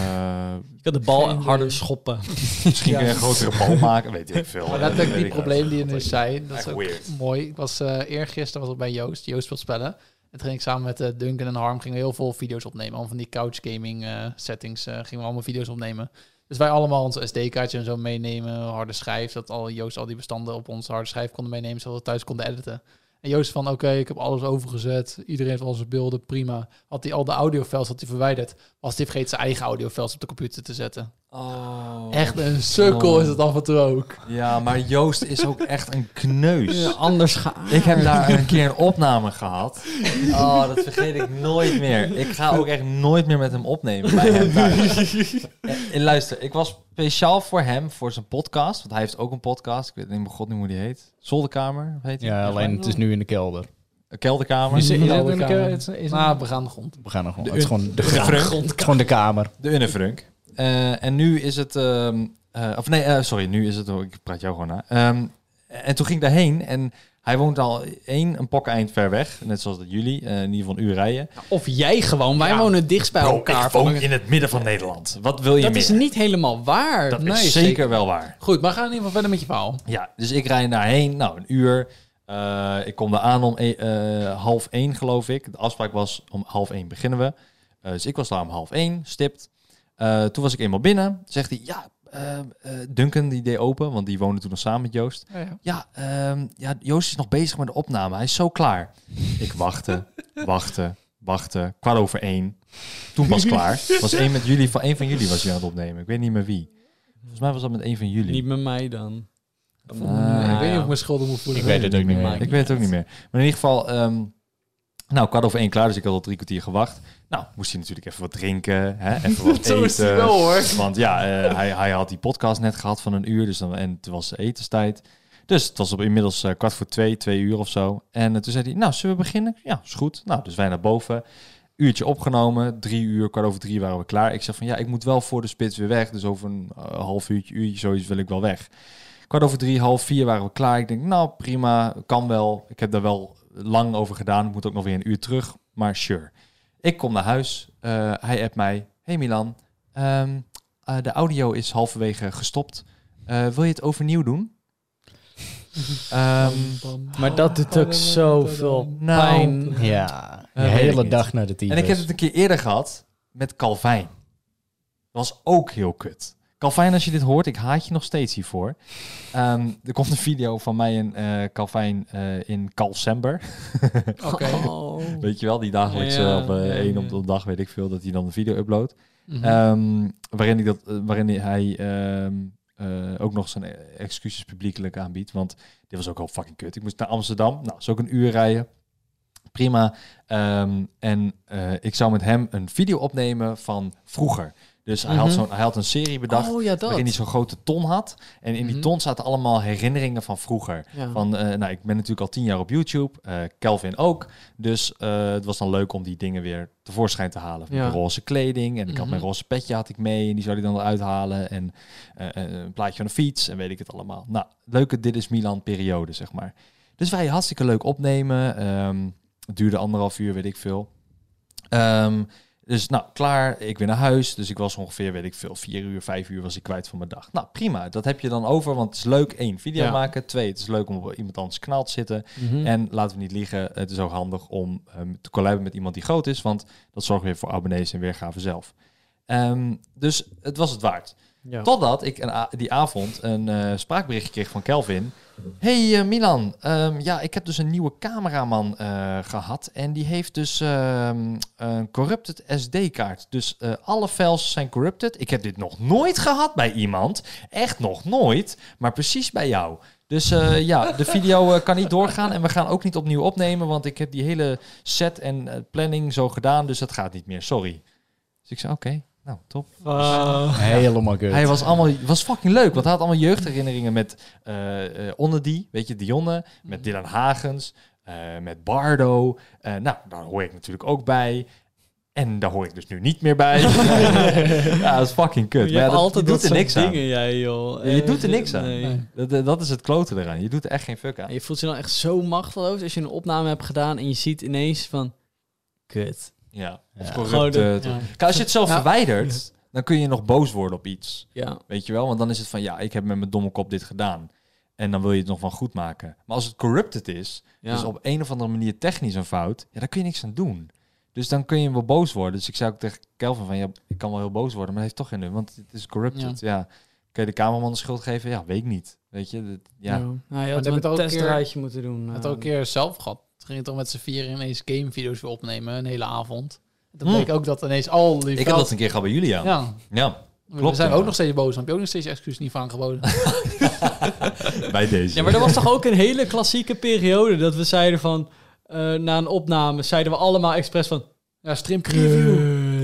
Speaker 3: kan de bal
Speaker 4: geen-
Speaker 3: harder schoppen.
Speaker 2: misschien kun je een grotere bal maken. Weet ik veel.
Speaker 4: Maar
Speaker 2: Eh,
Speaker 4: dat is ook
Speaker 2: weet
Speaker 4: die
Speaker 2: ik
Speaker 4: probleem
Speaker 2: niet.
Speaker 4: die je nu zei. Dat is
Speaker 2: Echt
Speaker 4: ook
Speaker 2: weird.
Speaker 4: mooi. Ik was eh eergisteren was ik bij Joost. Joost speelt spellen. En toen ging ik samen met eh, Duncan en Harm gingen we heel veel video's opnemen. Allemaal van die couch gaming eh, settings eh, gingen we allemaal video's opnemen. Dus wij allemaal onze SD-kaartje en zo meenemen, harde schijf. Dat al Joost al die bestanden op onze harde schijf konden meenemen, zodat we thuis konden editen. En Joost van, oké, ik heb alles overgezet. Iedereen heeft al zijn beelden, prima. Had hij al de audiofiles had hij verwijderd. Was hij vergeten zijn eigen audiofiles op de computer te zetten.
Speaker 2: Oh.
Speaker 4: Echt een sukkel is het af en toe ook.
Speaker 2: Ja, maar Joost is ook echt een kneus.
Speaker 3: anders ga...
Speaker 2: Ik heb daar een keer een opname gehad. Oh, dat vergeet ik nooit meer. Ik ga ook echt nooit meer met hem opnemen bij hem thuis. Eh, eh, luister, ik was speciaal voor hem, voor zijn podcast. Want hij heeft ook een podcast. Ik weet niet mijn god niet hoe die heet. Zolderkamer, of heet die?
Speaker 5: Ja, alleen het is nu in de kelder.
Speaker 2: Een kelderkamer.
Speaker 5: Is, is
Speaker 4: in de
Speaker 5: het in de
Speaker 4: kelder.
Speaker 5: kelder? Is- is-
Speaker 4: Maar we gaan de grond.
Speaker 5: We gaan er gewoon. Het is gewoon de,
Speaker 2: de
Speaker 5: grond. Gewoon de kamer.
Speaker 2: De Unnefrunk. Eh, en nu is het... ehm, eh, of nee, eh, sorry, nu is het... oh, Ik praat jou gewoon na. Ehm, en toen ging ik daarheen en... Hij woont al één, een pokken eind ver weg, net zoals dat jullie, eh, in ieder geval een uur rijden.
Speaker 3: Of jij gewoon. Wij wonen dichtst bij elkaar.
Speaker 2: ik woon in het midden van Nederland. Wat wil je
Speaker 3: Dat
Speaker 2: meer?
Speaker 3: is niet helemaal waar.
Speaker 2: Dat
Speaker 4: Nee,
Speaker 2: is zeker,
Speaker 4: zeker.
Speaker 2: wel waar.
Speaker 4: Goed, maar ga in ieder geval verder met je verhaal.
Speaker 2: Ja, dus ik rijd daarheen. Nou, een uur. Eh, ik kom daar aan om e- eh, half één, geloof ik. De afspraak was om half één beginnen we. Eh, dus ik was daar om half één, stipt. Eh, toen was ik eenmaal binnen. Zegt hij, ja, eh, eh, Duncan die deed open, want die woonde toen nog samen met Joost.
Speaker 4: Ja, ja.
Speaker 2: Ja, ehm, ja, Joost is nog bezig met de opname. Hij is zo klaar. Ik wachtte, wachtte, wachtte. Kwart over één. Toen was klaar. Was één met jullie, van één van jullie was je aan het opnemen. Ik weet niet meer wie. Volgens mij was dat met één van jullie.
Speaker 3: Niet met mij dan.
Speaker 2: Ah,
Speaker 4: ik weet niet
Speaker 3: Nou ja.
Speaker 4: of ik me schuldig moet voelen.
Speaker 5: Ik weet het ook niet meer.
Speaker 2: ik weet het ook niet meer. Maar in ieder geval, ehm, nou, kwart over één klaar. Dus ik had al drie kwartier gewacht. Nou, moest hij natuurlijk even wat drinken. Hè? Even wat
Speaker 4: Zo
Speaker 2: eten.
Speaker 4: is hij wel hoor.
Speaker 2: Want ja, eh, hij, hij had die podcast net gehad van een uur. Dus dan, en toen was de etenstijd. Dus het was op inmiddels eh, kwart voor twee, twee uur of zo. En eh, toen zei hij, nou, zullen we beginnen? Ja, is goed. Nou, dus wij naar boven. Uurtje opgenomen, drie uur, kwart over drie waren we klaar. Ik zeg van, ja, ik moet wel voor de spits weer weg. Dus over een eh, half uurtje, uurtje, zoiets wil ik wel weg. Kwart over drie, half vier waren we klaar. Ik denk, nou, prima, kan wel. Ik heb daar wel lang over gedaan. Ik moet ook nog weer een uur terug. Maar sure. Ik kom naar huis. Eh, hij appt mij. Hey Milan, ehm, eh, de audio is halverwege gestopt. Eh, wil je het overnieuw doen? Ehm,
Speaker 3: Maar dat doet ook zoveel
Speaker 2: Nou,
Speaker 3: pijn.
Speaker 5: Ja, de
Speaker 2: Eh, weet ik
Speaker 5: hele
Speaker 2: niet.
Speaker 5: dag naar de tyfus.
Speaker 2: en ik heb het een keer eerder gehad met Calvijn. Dat was ook heel kut. Calvijn, als je dit hoort, ik haat je nog steeds hiervoor. Ehm, er komt een video van mij en eh Calvijn eh, in Calcember.
Speaker 4: Oké.
Speaker 3: Oh.
Speaker 2: Weet je wel, die dagelijks
Speaker 3: Ja,
Speaker 2: eh, op eh,
Speaker 3: ja,
Speaker 2: één
Speaker 3: ja.
Speaker 2: op de dag, weet ik veel, dat hij dan een video uploadt.
Speaker 4: Mhm.
Speaker 2: Ehm, waarin, ik dat, eh, waarin hij ehm, eh, ook nog zijn excuses publiekelijk aanbiedt. Want dit was ook al fucking kut. Ik moest naar Amsterdam. Nou, is ook een uur rijden. Prima. Ehm, en eh, ik zou met hem een video opnemen van vroeger. Dus hij, had
Speaker 5: Mhm.
Speaker 2: zo'n, hij had een serie bedacht
Speaker 3: oh ja, dat.
Speaker 2: waarin hij zo'n grote ton had. En in die
Speaker 4: Mhm.
Speaker 2: ton zaten allemaal herinneringen van vroeger.
Speaker 3: Ja.
Speaker 2: Van, eh, nou, ik ben natuurlijk al tien jaar op YouTube, eh, Kelvin ook. Dus eh, het was dan leuk om die dingen weer tevoorschijn te halen. Van
Speaker 3: Ja.
Speaker 2: die roze kleding en ik had
Speaker 4: Mhm.
Speaker 2: mijn roze petje had ik mee en die zou hij dan eruit halen. En eh, eh, een plaatje van een fiets en weet ik het allemaal. Nou, leuke Dit is Milan periode, zeg maar. Dus wij hartstikke leuk opnemen. Ehm, het duurde anderhalf uur, weet ik veel. Ehm, dus nou, klaar. Ik weer naar huis. Dus ik was ongeveer, weet ik veel, vier uur, vijf uur was ik kwijt van mijn dag. Nou, prima. Dat heb je dan over, want het is leuk. één, video
Speaker 5: Ja.
Speaker 2: maken. Twee, het is leuk om op iemand anders kanaal te zitten. En laten we niet liegen, het is ook handig om ehm, te collaben met iemand die groot is. Want dat zorgt weer voor abonnees en weergaven zelf. Ehm, dus het was het waard.
Speaker 3: Ja.
Speaker 2: Totdat ik een a- die avond een eh, spraakberichtje kreeg van Kelvin. Hey eh, Milan, ehm, ja, ik heb dus een nieuwe cameraman eh, gehad. En die heeft dus ehm, een corrupted SD-kaart. Dus eh, alle files zijn corrupted. Ik heb dit nog nooit gehad bij iemand. Echt nog nooit. Maar precies bij jou. Dus eh, ja, de video eh, kan niet doorgaan. En we gaan ook niet opnieuw opnemen. Want ik heb die hele set en eh, planning zo gedaan. Dus dat gaat niet meer. Sorry. Dus ik zei: Oké, nou top.
Speaker 5: Helemaal kut.
Speaker 2: Hij was allemaal was fucking leuk, want hij had allemaal jeugdherinneringen met eh eh, Onnedi, weet je, Dionne,
Speaker 3: Mhm.
Speaker 2: met Dylan Hagens, eh, met Bardo. Eh, nou, daar hoor ik natuurlijk ook bij. En daar hoor ik dus nu niet meer bij. ja, dat is fucking kut.
Speaker 3: je
Speaker 2: Maar ja,
Speaker 3: hebt
Speaker 2: dat-
Speaker 3: altijd
Speaker 2: je doet er
Speaker 3: dat soort
Speaker 2: niks aan.
Speaker 3: dingen, jij joh.
Speaker 2: Ja, je doet er
Speaker 3: Eh,
Speaker 2: niks aan.
Speaker 3: nee.
Speaker 4: Nee.
Speaker 2: Dat, dat- dat is het kloten eraan. Je doet er echt geen fuck aan.
Speaker 3: En je voelt je dan echt zo machteloos als je een opname hebt gedaan en je ziet ineens van... Kut.
Speaker 2: Ja, of
Speaker 5: Ja.
Speaker 2: corrupt.
Speaker 3: Gewoon de-
Speaker 2: eh, Kijk, Als je het zo
Speaker 4: Ja.
Speaker 2: verwijdert, dan kun je nog boos worden op iets.
Speaker 3: Ja.
Speaker 2: Weet je wel? Want dan is het van, ja, ik heb met mijn domme kop dit gedaan. En dan wil je het nog van goed maken. Maar als het corrupted is,
Speaker 3: Ja.
Speaker 2: dus op een of andere manier technisch een fout, ja, daar kun je niks aan doen. Dus dan kun je wel boos worden. Dus ik zei ook tegen Kelvin van, ja, ik kan wel heel boos worden, maar dat heeft toch geen nut, want het is corrupted. Ja. Kun je de cameraman de schuld geven? Ja, weet ik niet. Weet je? dat- ja.
Speaker 3: Nou, je
Speaker 4: heb
Speaker 3: had
Speaker 4: je het
Speaker 3: een
Speaker 4: al een keer-
Speaker 3: testrijtje moeten doen.
Speaker 4: Ik had
Speaker 3: eh.
Speaker 4: het al een keer zelf gehad. Toen ging het toch met z'n vieren ineens gamevideo's weer opnemen, een hele avond. Dat
Speaker 2: Hmm.
Speaker 4: bleek ook dat ineens al die
Speaker 2: Ik heb
Speaker 4: veld-
Speaker 2: dat een keer gehad bij Julia. Ja.
Speaker 4: Ja,
Speaker 2: Klopt,
Speaker 4: Klopt, zijn we
Speaker 2: ja.
Speaker 4: ook nog steeds boos. Dan heb je ook nog steeds excuus niet van aangeboden.
Speaker 2: bij deze.
Speaker 3: Ja, maar dat was toch ook een hele klassieke periode dat we zeiden van... eh, na een opname zeiden we allemaal expres van...
Speaker 4: Ja, stream preview.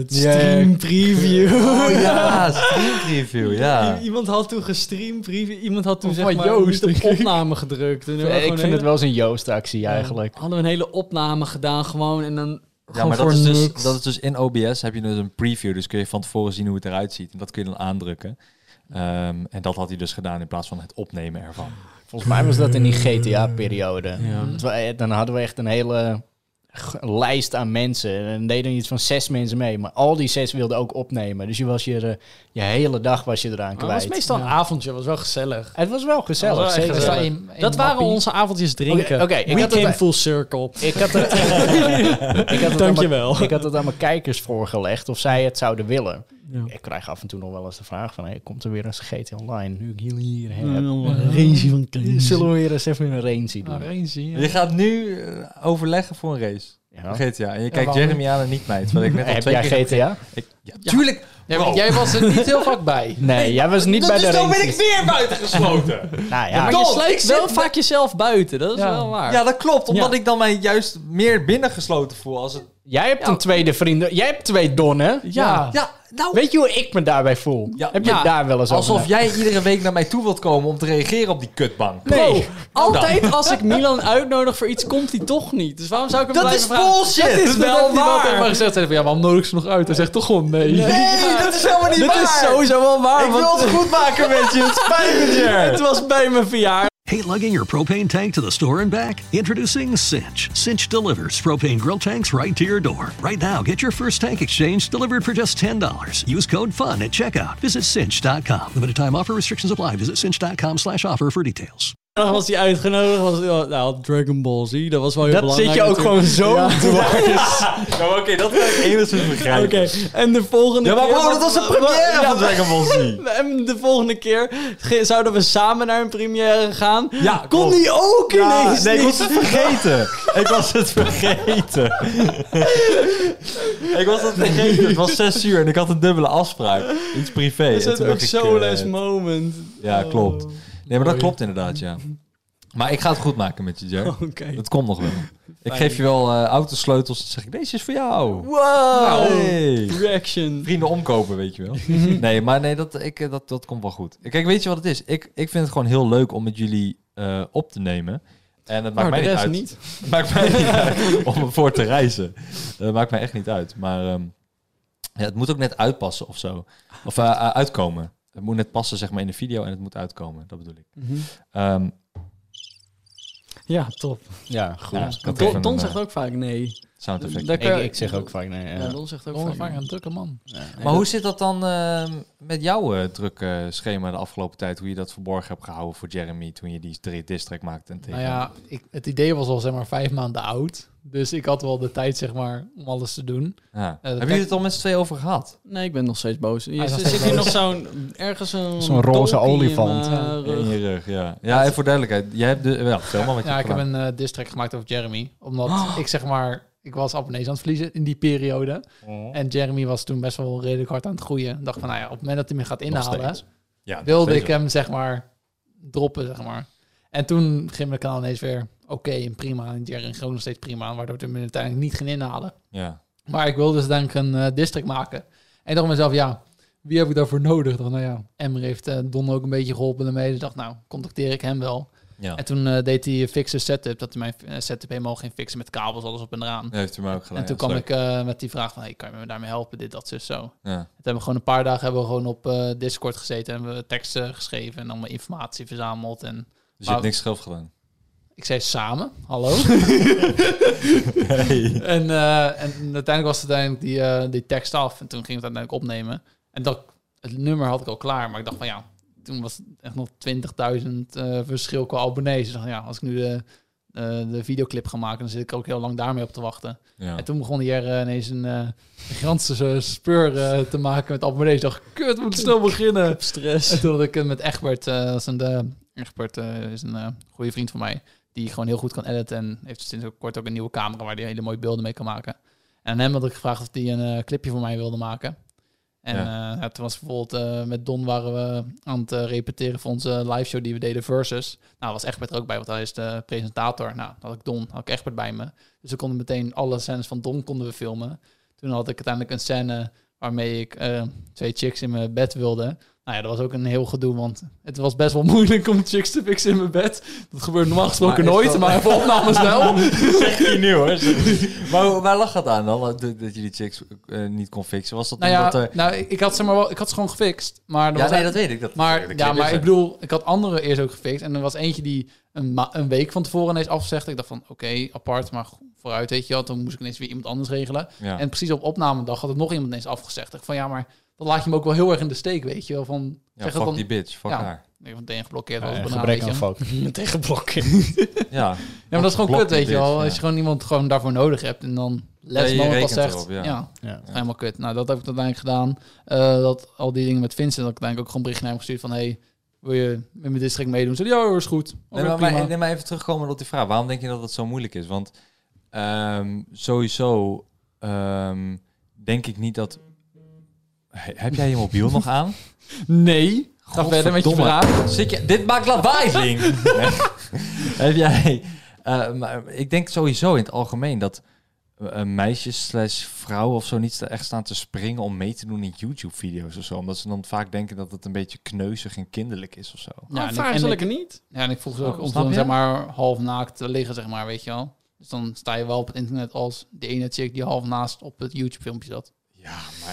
Speaker 3: Stream preview.
Speaker 2: Oh ja, stream review, ja.
Speaker 3: I- Iemand had toen gestreamd, preview. Iemand had toen
Speaker 4: Of
Speaker 3: zeg
Speaker 4: van
Speaker 3: maar
Speaker 4: Joost,
Speaker 3: niet op
Speaker 4: denk ik.
Speaker 3: opname gedrukt. En we
Speaker 5: Ja,
Speaker 3: hadden
Speaker 5: ik
Speaker 3: gewoon
Speaker 5: vind
Speaker 3: een
Speaker 5: het
Speaker 3: hele-
Speaker 5: wel eens een Joost-actie eigenlijk.
Speaker 3: Hadden we een hele opname gedaan gewoon en dan...
Speaker 2: Ja,
Speaker 3: gewoon
Speaker 2: maar dat
Speaker 3: voor
Speaker 2: is, dus,
Speaker 3: niks.
Speaker 2: dat is dus in OBS heb je dus een preview, dus kun je van tevoren zien hoe het eruit ziet. En dat kun je dan aandrukken. Ehm, en dat had hij dus gedaan in plaats van het opnemen ervan.
Speaker 5: Volgens mij was dat in die GTA-periode.
Speaker 3: Ja.
Speaker 5: Want wij- Dan hadden we echt een hele g- lijst aan mensen. En dan deden we iets van zes mensen mee. Maar al die zes wilden ook opnemen. Dus je was je, eh, je hele dag was je eraan
Speaker 3: Maar het
Speaker 5: kwijt.
Speaker 3: was meestal een avondje, was wel gezellig.
Speaker 5: Het was wel gezellig.
Speaker 3: Dat was wel echt
Speaker 5: zeker.
Speaker 3: gezellig. Dat waren
Speaker 4: ons.
Speaker 3: onze avondjes drinken.
Speaker 5: Oké, oké, ik
Speaker 3: We
Speaker 5: had het-
Speaker 3: came full circle.
Speaker 5: Ik had het, eh, ik had het aan mijn-
Speaker 3: Dankjewel.
Speaker 5: ik had het aan mijn kijkers voorgelegd of zij het zouden willen. Ik krijg af en toe nog wel eens de vraag van... Hey, komt er weer eens GT Online? Nu ik jullie hier heb.
Speaker 3: Range van
Speaker 5: Zullen we weer eens even een range doen?
Speaker 4: Alleen zien.
Speaker 2: Je gaat nu eh, overleggen voor een race.
Speaker 5: Ja.
Speaker 2: GTA. En je kijkt
Speaker 4: waarom?
Speaker 2: Jeremy aan en niet mij. Terwijl ik net al
Speaker 5: Heb
Speaker 2: twee
Speaker 5: jij
Speaker 2: keer...
Speaker 5: GTA?
Speaker 2: Ik, ja, tuurlijk!
Speaker 4: Ja, want jij was er niet heel vaak bij.
Speaker 5: Nee, jij was niet bij de range.
Speaker 2: weer buitengesloten!
Speaker 5: Nou
Speaker 3: Maar
Speaker 5: ja,
Speaker 3: je
Speaker 2: Dom, ik
Speaker 3: sluit
Speaker 2: zit
Speaker 3: wel
Speaker 2: bij-
Speaker 3: vaak jezelf buiten, dat is
Speaker 4: Ja.
Speaker 3: wel waar.
Speaker 2: ja, dat klopt. Omdat
Speaker 3: Ja.
Speaker 2: ik dan mij juist meer binnengesloten voel als het...
Speaker 5: jij hebt een tweede vrienden. Jij hebt twee donnen.
Speaker 4: Ja.
Speaker 2: Ja, nou...
Speaker 5: Weet je hoe ik me daarbij voel?
Speaker 2: Ja.
Speaker 5: Heb je
Speaker 2: Ja.
Speaker 5: daar wel eens over
Speaker 2: Alsof
Speaker 5: nagedacht?
Speaker 2: jij iedere week naar mij toe wilt komen om te reageren op die kutbank.
Speaker 3: Bro,
Speaker 5: Nee.
Speaker 3: oh,
Speaker 2: Nou.
Speaker 3: altijd als ik Milan uitnodig voor iets, komt hij toch niet. Dus waarom zou ik hem
Speaker 2: Dat is
Speaker 3: blijven vragen?
Speaker 2: bullshit!
Speaker 3: Dat is wel
Speaker 4: Iemand heeft maar
Speaker 3: waar.
Speaker 4: gezegd, zei van, ja, waarom nodig ze nog uit? Hij zegt toch gewoon nee.
Speaker 2: Nee, dat is helemaal niet
Speaker 3: Dit
Speaker 2: waar!
Speaker 3: is sowieso wel waar.
Speaker 2: Ik wil
Speaker 3: Want
Speaker 2: het goed maken met je, het spijt me, Jer.
Speaker 3: het was bij mijn verjaardag.
Speaker 6: Hate lugging your propane tank to the store and back? Introducing Cinch. Cinch delivers propane grill tanks right to your door. Right now, get your first tank exchange delivered for just $10. Use code FUN at checkout. Visit cinch.com. Limited time offer restrictions apply. Visit cinch.com slash offer for details.
Speaker 3: Dan was hij uitgenodigd. Was, oh, nou, Dragon Ball Z, dat was wel heel
Speaker 5: Dat zit
Speaker 3: belangrijk.
Speaker 5: je ook gewoon
Speaker 3: natuurlijk.
Speaker 5: zo te
Speaker 2: Nou, oké, dat kan ik enigszins begrijpen.
Speaker 3: Oké, en de volgende
Speaker 2: Ja, maar
Speaker 3: keer...
Speaker 2: bro, dat was een première van Dragon Ball Z.
Speaker 3: En de volgende keer ge- zouden we samen naar een première gaan.
Speaker 2: Ja,
Speaker 3: Kon
Speaker 2: klopt.
Speaker 3: die ook
Speaker 2: Ja,
Speaker 3: ineens
Speaker 2: nee, ik was
Speaker 3: niet?
Speaker 2: het vergeten. ik was het vergeten. ik was het vergeten. Het was zes uur en ik had een dubbele afspraak. Iets privé.
Speaker 3: Is
Speaker 2: En
Speaker 3: dat
Speaker 2: toen
Speaker 3: ook
Speaker 2: dacht ik,
Speaker 3: zo'n
Speaker 2: eh,
Speaker 3: les moment?
Speaker 2: Ja,
Speaker 3: Oh.
Speaker 2: klopt. Nee, maar dat klopt inderdaad, ja. Maar ik ga het goed maken met je, Jer.
Speaker 3: Oké.
Speaker 2: Dat komt nog wel. Ik geef je wel eh autosleutels. Dan zeg ik, deze is voor jou. Nou,
Speaker 3: Wow!
Speaker 2: Hey.
Speaker 3: Reaction.
Speaker 2: Vrienden omkopen, weet je wel. nee, maar nee, dat, ik, eh, dat, dat komt wel goed. Kijk, weet je wat het is? Ik, ik vind het gewoon heel leuk om met jullie eh, op te nemen. En het maakt
Speaker 3: Maar Oh, Nou, de
Speaker 2: mij niet
Speaker 3: rest
Speaker 2: uit.
Speaker 3: niet.
Speaker 2: Maakt mij niet uit om ervoor te reizen. Eh, maakt mij echt niet uit. Maar ehm, ja, het moet ook net uitpassen of zo. Of eh, eh, uitkomen. Het moet net passen zeg maar, in de video en het moet uitkomen. Dat bedoel ik.
Speaker 3: Mhm.
Speaker 2: Ehm,
Speaker 3: Ja, top.
Speaker 5: Ja, goed.
Speaker 2: ja, ik had even
Speaker 3: Don,
Speaker 2: een,
Speaker 3: Don
Speaker 2: eh,
Speaker 3: zegt ook vaak nee.
Speaker 2: sound effect.
Speaker 3: Daar kan-
Speaker 5: ik, ik zeg ook vaak nee.
Speaker 3: Ja,
Speaker 5: ja.
Speaker 3: Don zegt ook vaak
Speaker 4: Ongevangen
Speaker 3: nee.
Speaker 4: een drukke man.
Speaker 2: Maar hoe zit dat dan ehm, met jouw eh, drukke schema de afgelopen tijd? Hoe je dat verborgen hebt gehouden voor Jeremy toen je die drie district maakte? En tegen...
Speaker 4: Nou ja, ik, het idee was al zeg maar vijf maanden oud. Dus ik had wel de tijd zeg maar om alles te doen.
Speaker 2: Ja. Hebben
Speaker 4: kijk-
Speaker 2: jullie het al met z'n tweeien over gehad?
Speaker 3: Nee, ik ben nog steeds boos. Je,
Speaker 4: is nog
Speaker 3: zit
Speaker 4: steeds
Speaker 3: hier
Speaker 4: boos.
Speaker 3: nog zo'n... Ergens een...
Speaker 5: Zo'n roze
Speaker 3: dolkie in
Speaker 5: olifant.
Speaker 3: mijn rug.
Speaker 2: In je rug, ja. Ja, en voor duidelijkheid. Jij hebt de... Wel, vertel maar wat je
Speaker 4: Ja, ik heb
Speaker 2: gedaan.
Speaker 4: een eh distrack gemaakt over Jeremy. Omdat
Speaker 3: Oh.
Speaker 4: ik zeg maar, ik was abonnees aan het verliezen in die periode.
Speaker 3: Oh.
Speaker 4: En Jeremy was toen best wel redelijk hard aan het groeien. Ik dacht van, nou ja, op het moment dat hij me gaat inhalen,
Speaker 5: steeds.
Speaker 2: Ja,
Speaker 4: wilde
Speaker 2: steeds
Speaker 4: ik hem zeg maar droppen, zeg maar. En toen ging mijn kanaal ineens weer oké en prima. En Jeremy ging ook nog steeds prima aan, waardoor we hem uiteindelijk niet ging inhalen.
Speaker 2: wel. Ja.
Speaker 4: Maar ik wilde dus denk ik een eh, district maken. En ik dacht mezelf, ja, wie heb ik daarvoor nodig? Ik dacht, nou ja, Emmer heeft eh, Don ook een beetje geholpen daarmee. Dus ik dacht, nou, contacteer ik hem wel.
Speaker 2: ja.
Speaker 4: En toen eh, deed hij een fixe setup, dat hij mijn eh, setup helemaal ging fixen met kabels, alles op en eraan.
Speaker 2: Dat heeft u mij ook gedaan.
Speaker 4: en toen
Speaker 2: ja,
Speaker 4: kwam
Speaker 2: sorry.
Speaker 4: ik eh, met die vraag van, hey, kan je me daarmee helpen, dit, dat, zus, zo. En
Speaker 2: Ja.
Speaker 4: toen hebben we gewoon een paar dagen hebben we gewoon op eh, Discord gezeten en hebben we teksten geschreven en allemaal informatie verzameld. En
Speaker 2: Dus je
Speaker 4: Maar-
Speaker 2: hebt niks zelf gedaan.
Speaker 4: ik zei samen, hallo.
Speaker 2: Hey.
Speaker 4: En, eh, en uiteindelijk was het uiteindelijk die, eh, die tekst af. En toen ging ik het uiteindelijk opnemen. En dat, het nummer had ik al klaar. Maar ik dacht van ja, toen was het echt nog 20.000 eh, verschil qua abonnees. Dus ik dacht, ja, als ik nu de, eh, de videoclip ga maken, dan zit ik ook heel lang daarmee op te wachten.
Speaker 2: Ja.
Speaker 4: En toen begon hij er eh, ineens een eh gigantische speur eh, te maken met abonnees. Ik dacht, kut, we moeten snel beginnen. En
Speaker 3: Stress.
Speaker 4: toen had ik het met Egbert, eh, dat is een, eh, Egbert eh, is een eh, goede vriend van mij, die gewoon heel goed kan editen en heeft sinds ook kort ook een nieuwe camera waar hij hele mooie beelden mee kan maken. En aan hem had ik gevraagd of hij een eh, clipje voor mij wilde maken. En eh, ja, toen was bijvoorbeeld eh, met Don waren we aan het eh, repeteren voor onze eh, live show die we deden versus. Nou, was Egbert er ook bij, want hij is de presentator. Nou, dan had ik Don, had ik Egbert bij me. Dus we konden meteen alle scènes van Don konden we filmen. Toen had ik uiteindelijk een scène waarmee ik eh, twee chicks in mijn bed wilde. Nou ja, dat was ook een heel gedoe, want het was best wel moeilijk om chicks te fixen in mijn bed. Dat gebeurt normaal gesproken
Speaker 2: Maar is
Speaker 4: nooit,
Speaker 2: dat-
Speaker 4: maar voor opnames wel.
Speaker 2: Zeg je nu hoor. maar hoe- waar lag dat aan dan? Dat, dat je die chicks eh, niet kon fixen? Was dat
Speaker 4: nou ja,
Speaker 2: omdat er...
Speaker 4: nou, ik, ik had, zeg maar wel, ik had ze gewoon gefixt. Maar er
Speaker 2: Ja,
Speaker 4: was
Speaker 2: nee,
Speaker 4: e-
Speaker 2: dat weet ik. Dat, dat
Speaker 4: maar,
Speaker 2: kan
Speaker 4: ja,
Speaker 2: je
Speaker 4: maar ik
Speaker 2: zeggen.
Speaker 4: bedoel, ik had andere eerst ook gefixt. En er was eentje die een, ma- een week van tevoren ineens afzegde. Ik dacht van, oké, apart, maar go- vooruit, weet je wel. Toen moest ik ineens weer iemand anders regelen.
Speaker 2: Ja.
Speaker 4: En precies op opnamedag had ik nog iemand ineens afgezegd. Ik dacht van, ja, maar dan laat je hem ook wel heel erg in de steek, weet je wel. Van,
Speaker 2: Ja,
Speaker 4: zeg
Speaker 2: fuck
Speaker 4: dat dan,
Speaker 2: die bitch, fuck
Speaker 4: Ja.
Speaker 2: haar.
Speaker 4: Ik heb meteen geblokkeerd. was
Speaker 5: Ja,
Speaker 4: het banaan,
Speaker 5: gebrek
Speaker 4: weet je.
Speaker 5: aan fuck.
Speaker 3: Tegen blokken.
Speaker 2: Ja,
Speaker 4: Ja, maar dat is gewoon
Speaker 2: Blok
Speaker 4: kut,
Speaker 2: die
Speaker 4: weet je
Speaker 2: bitch,
Speaker 4: wel.
Speaker 2: ja.
Speaker 4: Als je gewoon iemand gewoon daarvoor nodig hebt en dan
Speaker 2: Ja,
Speaker 4: let's
Speaker 2: je
Speaker 4: moment pas
Speaker 2: rekent
Speaker 4: zegt.
Speaker 2: erop, ja.
Speaker 4: ja.
Speaker 5: Ja.
Speaker 4: helemaal kut. Nou, dat heb ik uiteindelijk gedaan. Eh, dat, al die dingen met Vincent, dat ik uiteindelijk ook gewoon bericht naar hem gestuurd van... hey, wil je met mijn district meedoen? Zei hij, ja hoor, is goed. Oké,
Speaker 2: Nee, maar,
Speaker 4: Oh, prima.
Speaker 2: maar- nee, maar even terugkomen op die vraag. Waarom denk je dat het zo moeilijk is? Want ehm, sowieso ehm, denk ik niet dat... He- heb jij je mobiel nog aan?
Speaker 4: nee, ga verder met je
Speaker 2: Godverdomme.
Speaker 4: vraag.
Speaker 2: Zit je, dit maakt lawaai, Link. Nee. Heb jij... eh, maar ik denk sowieso in het algemeen dat eh, meisjes slash vrouwen of zo niet sta- echt staan te springen om mee te doen in YouTube-video's of zo. Omdat ze dan vaak denken dat het een beetje kneuzig en kinderlijk is of zo.
Speaker 4: Ja, en ik-
Speaker 3: vraag
Speaker 4: en
Speaker 3: is
Speaker 4: ik-
Speaker 3: lekker niet.
Speaker 4: Ja, en ik vroeg ze ook
Speaker 2: Oh,
Speaker 4: om
Speaker 2: snap
Speaker 4: dan,
Speaker 2: je?
Speaker 4: zeg maar half naakt te liggen, zeg maar, weet je wel. Dus dan sta je wel op het internet als de ene chick die half naast op het YouTube-filmpje zat.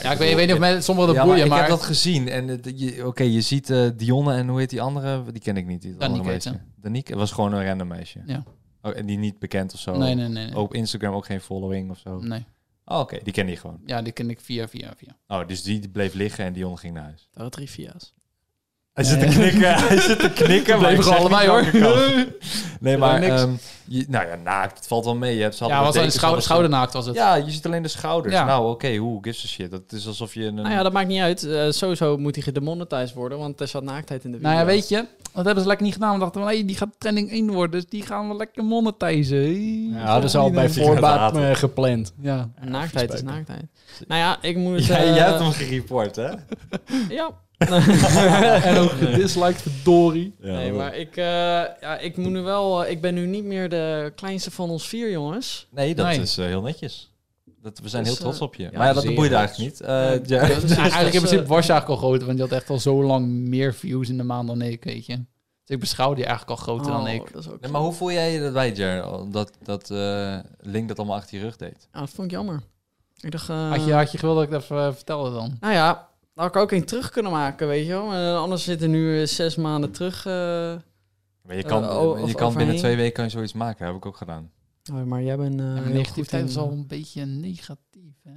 Speaker 4: Ja, ik weet, ik weet niet of men, sommigen dat boeien,
Speaker 2: ik
Speaker 4: maar...
Speaker 2: heb dat gezien. En het- je- oké, je ziet eh, Dionne en hoe heet die andere? Die ken ik niet. Die andere
Speaker 3: Danique heet
Speaker 2: meisje. Danique Het was gewoon een random meisje.
Speaker 3: Ja.
Speaker 2: Oh, en die niet bekend of zo.
Speaker 3: Nee, nee, nee. nee.
Speaker 2: Op Instagram ook geen following of zo.
Speaker 3: nee.
Speaker 2: Oh, oké, die ken je gewoon.
Speaker 3: Ja, die ken ik via, via, via.
Speaker 2: Oh, dus die bleef liggen en Dionne ging naar huis.
Speaker 3: Dat drie via's.
Speaker 2: Hij zit te knikken, hij zit te knikken. maar
Speaker 4: Bleven
Speaker 2: ik
Speaker 4: gewoon
Speaker 2: zeg
Speaker 4: allebei,
Speaker 2: niet welke kant. Nee, maar
Speaker 4: niks.
Speaker 2: ehm, je, nou ja, naakt, het valt wel mee. Je hebt ze
Speaker 4: ja,
Speaker 2: allemaal
Speaker 4: was een
Speaker 2: dekens,
Speaker 4: schou
Speaker 2: alles-
Speaker 4: schoudernaakt was het.
Speaker 2: Ja, je ziet alleen de schouders.
Speaker 4: Ja.
Speaker 2: Nou, oké, hoe gives a shit. Dat is alsof je een...
Speaker 3: Nou ja, dat maakt niet uit. Eh, sowieso moet hij gedemonetized worden, want er zat naaktheid in de video.
Speaker 4: Nou ja, weet je, dat hebben ze lekker niet gedaan. We dachten, hey, die gaat trending 1 worden, dus die gaan we lekker monetizen.
Speaker 5: Ja, dat is al bij
Speaker 2: Die gaat
Speaker 5: voorbaat
Speaker 2: haten.
Speaker 5: eh, gepland.
Speaker 4: Ja.
Speaker 3: Naaktheid is
Speaker 5: vies
Speaker 3: naaktheid. Nou ja, ik moet...
Speaker 2: Jij,
Speaker 3: eh,
Speaker 2: jij hebt hem gereport, hè?
Speaker 3: Ja.
Speaker 4: en ook gedisliked, verdorie.
Speaker 3: Nee, maar ik, eh, ja, ik moet nu wel... eh, ik ben nu niet meer de kleinste van ons vier, jongens.
Speaker 2: Nee, dat
Speaker 4: Nee.
Speaker 2: is eh, heel netjes. Dat, we zijn
Speaker 3: Dus,
Speaker 2: heel trots
Speaker 3: eh,
Speaker 2: op je. maar ja, dat
Speaker 5: zeer
Speaker 2: boeit
Speaker 5: trots.
Speaker 2: eigenlijk niet. Eh, ja.
Speaker 3: Dat is-
Speaker 4: Ja, eigenlijk
Speaker 3: dat
Speaker 4: in
Speaker 3: is,
Speaker 4: principe
Speaker 3: eh,
Speaker 4: was je eigenlijk al groter, want je had echt al zo lang meer views in de maand dan ik, weet je. Dus ik beschouwde je eigenlijk al groter dan
Speaker 3: oh,
Speaker 4: ik.
Speaker 3: dat is ook
Speaker 2: Nee, maar hoe voel jij je dat wij, Jer, dat, dat eh, Link dat allemaal achter je rug deed?
Speaker 3: Ja, dat vond ik jammer. Ik dacht... eh,
Speaker 4: Had je, had je gewild dat ik dat even vertelde dan?
Speaker 3: Nou ja, had ik ook een terug kunnen maken, weet je wel. Eh, anders zitten nu eh, zes maanden terug. eh,
Speaker 2: Maar je kan,
Speaker 3: Eh, o- of
Speaker 2: je kan binnen
Speaker 3: overheen?
Speaker 2: twee weken kan je zoiets maken. Dat heb ik ook gedaan.
Speaker 3: oh, maar jij bent... eh
Speaker 4: Ja, maar
Speaker 3: heel
Speaker 4: negativiteit
Speaker 3: goed
Speaker 4: is
Speaker 3: in-
Speaker 4: al een beetje negatief, hè?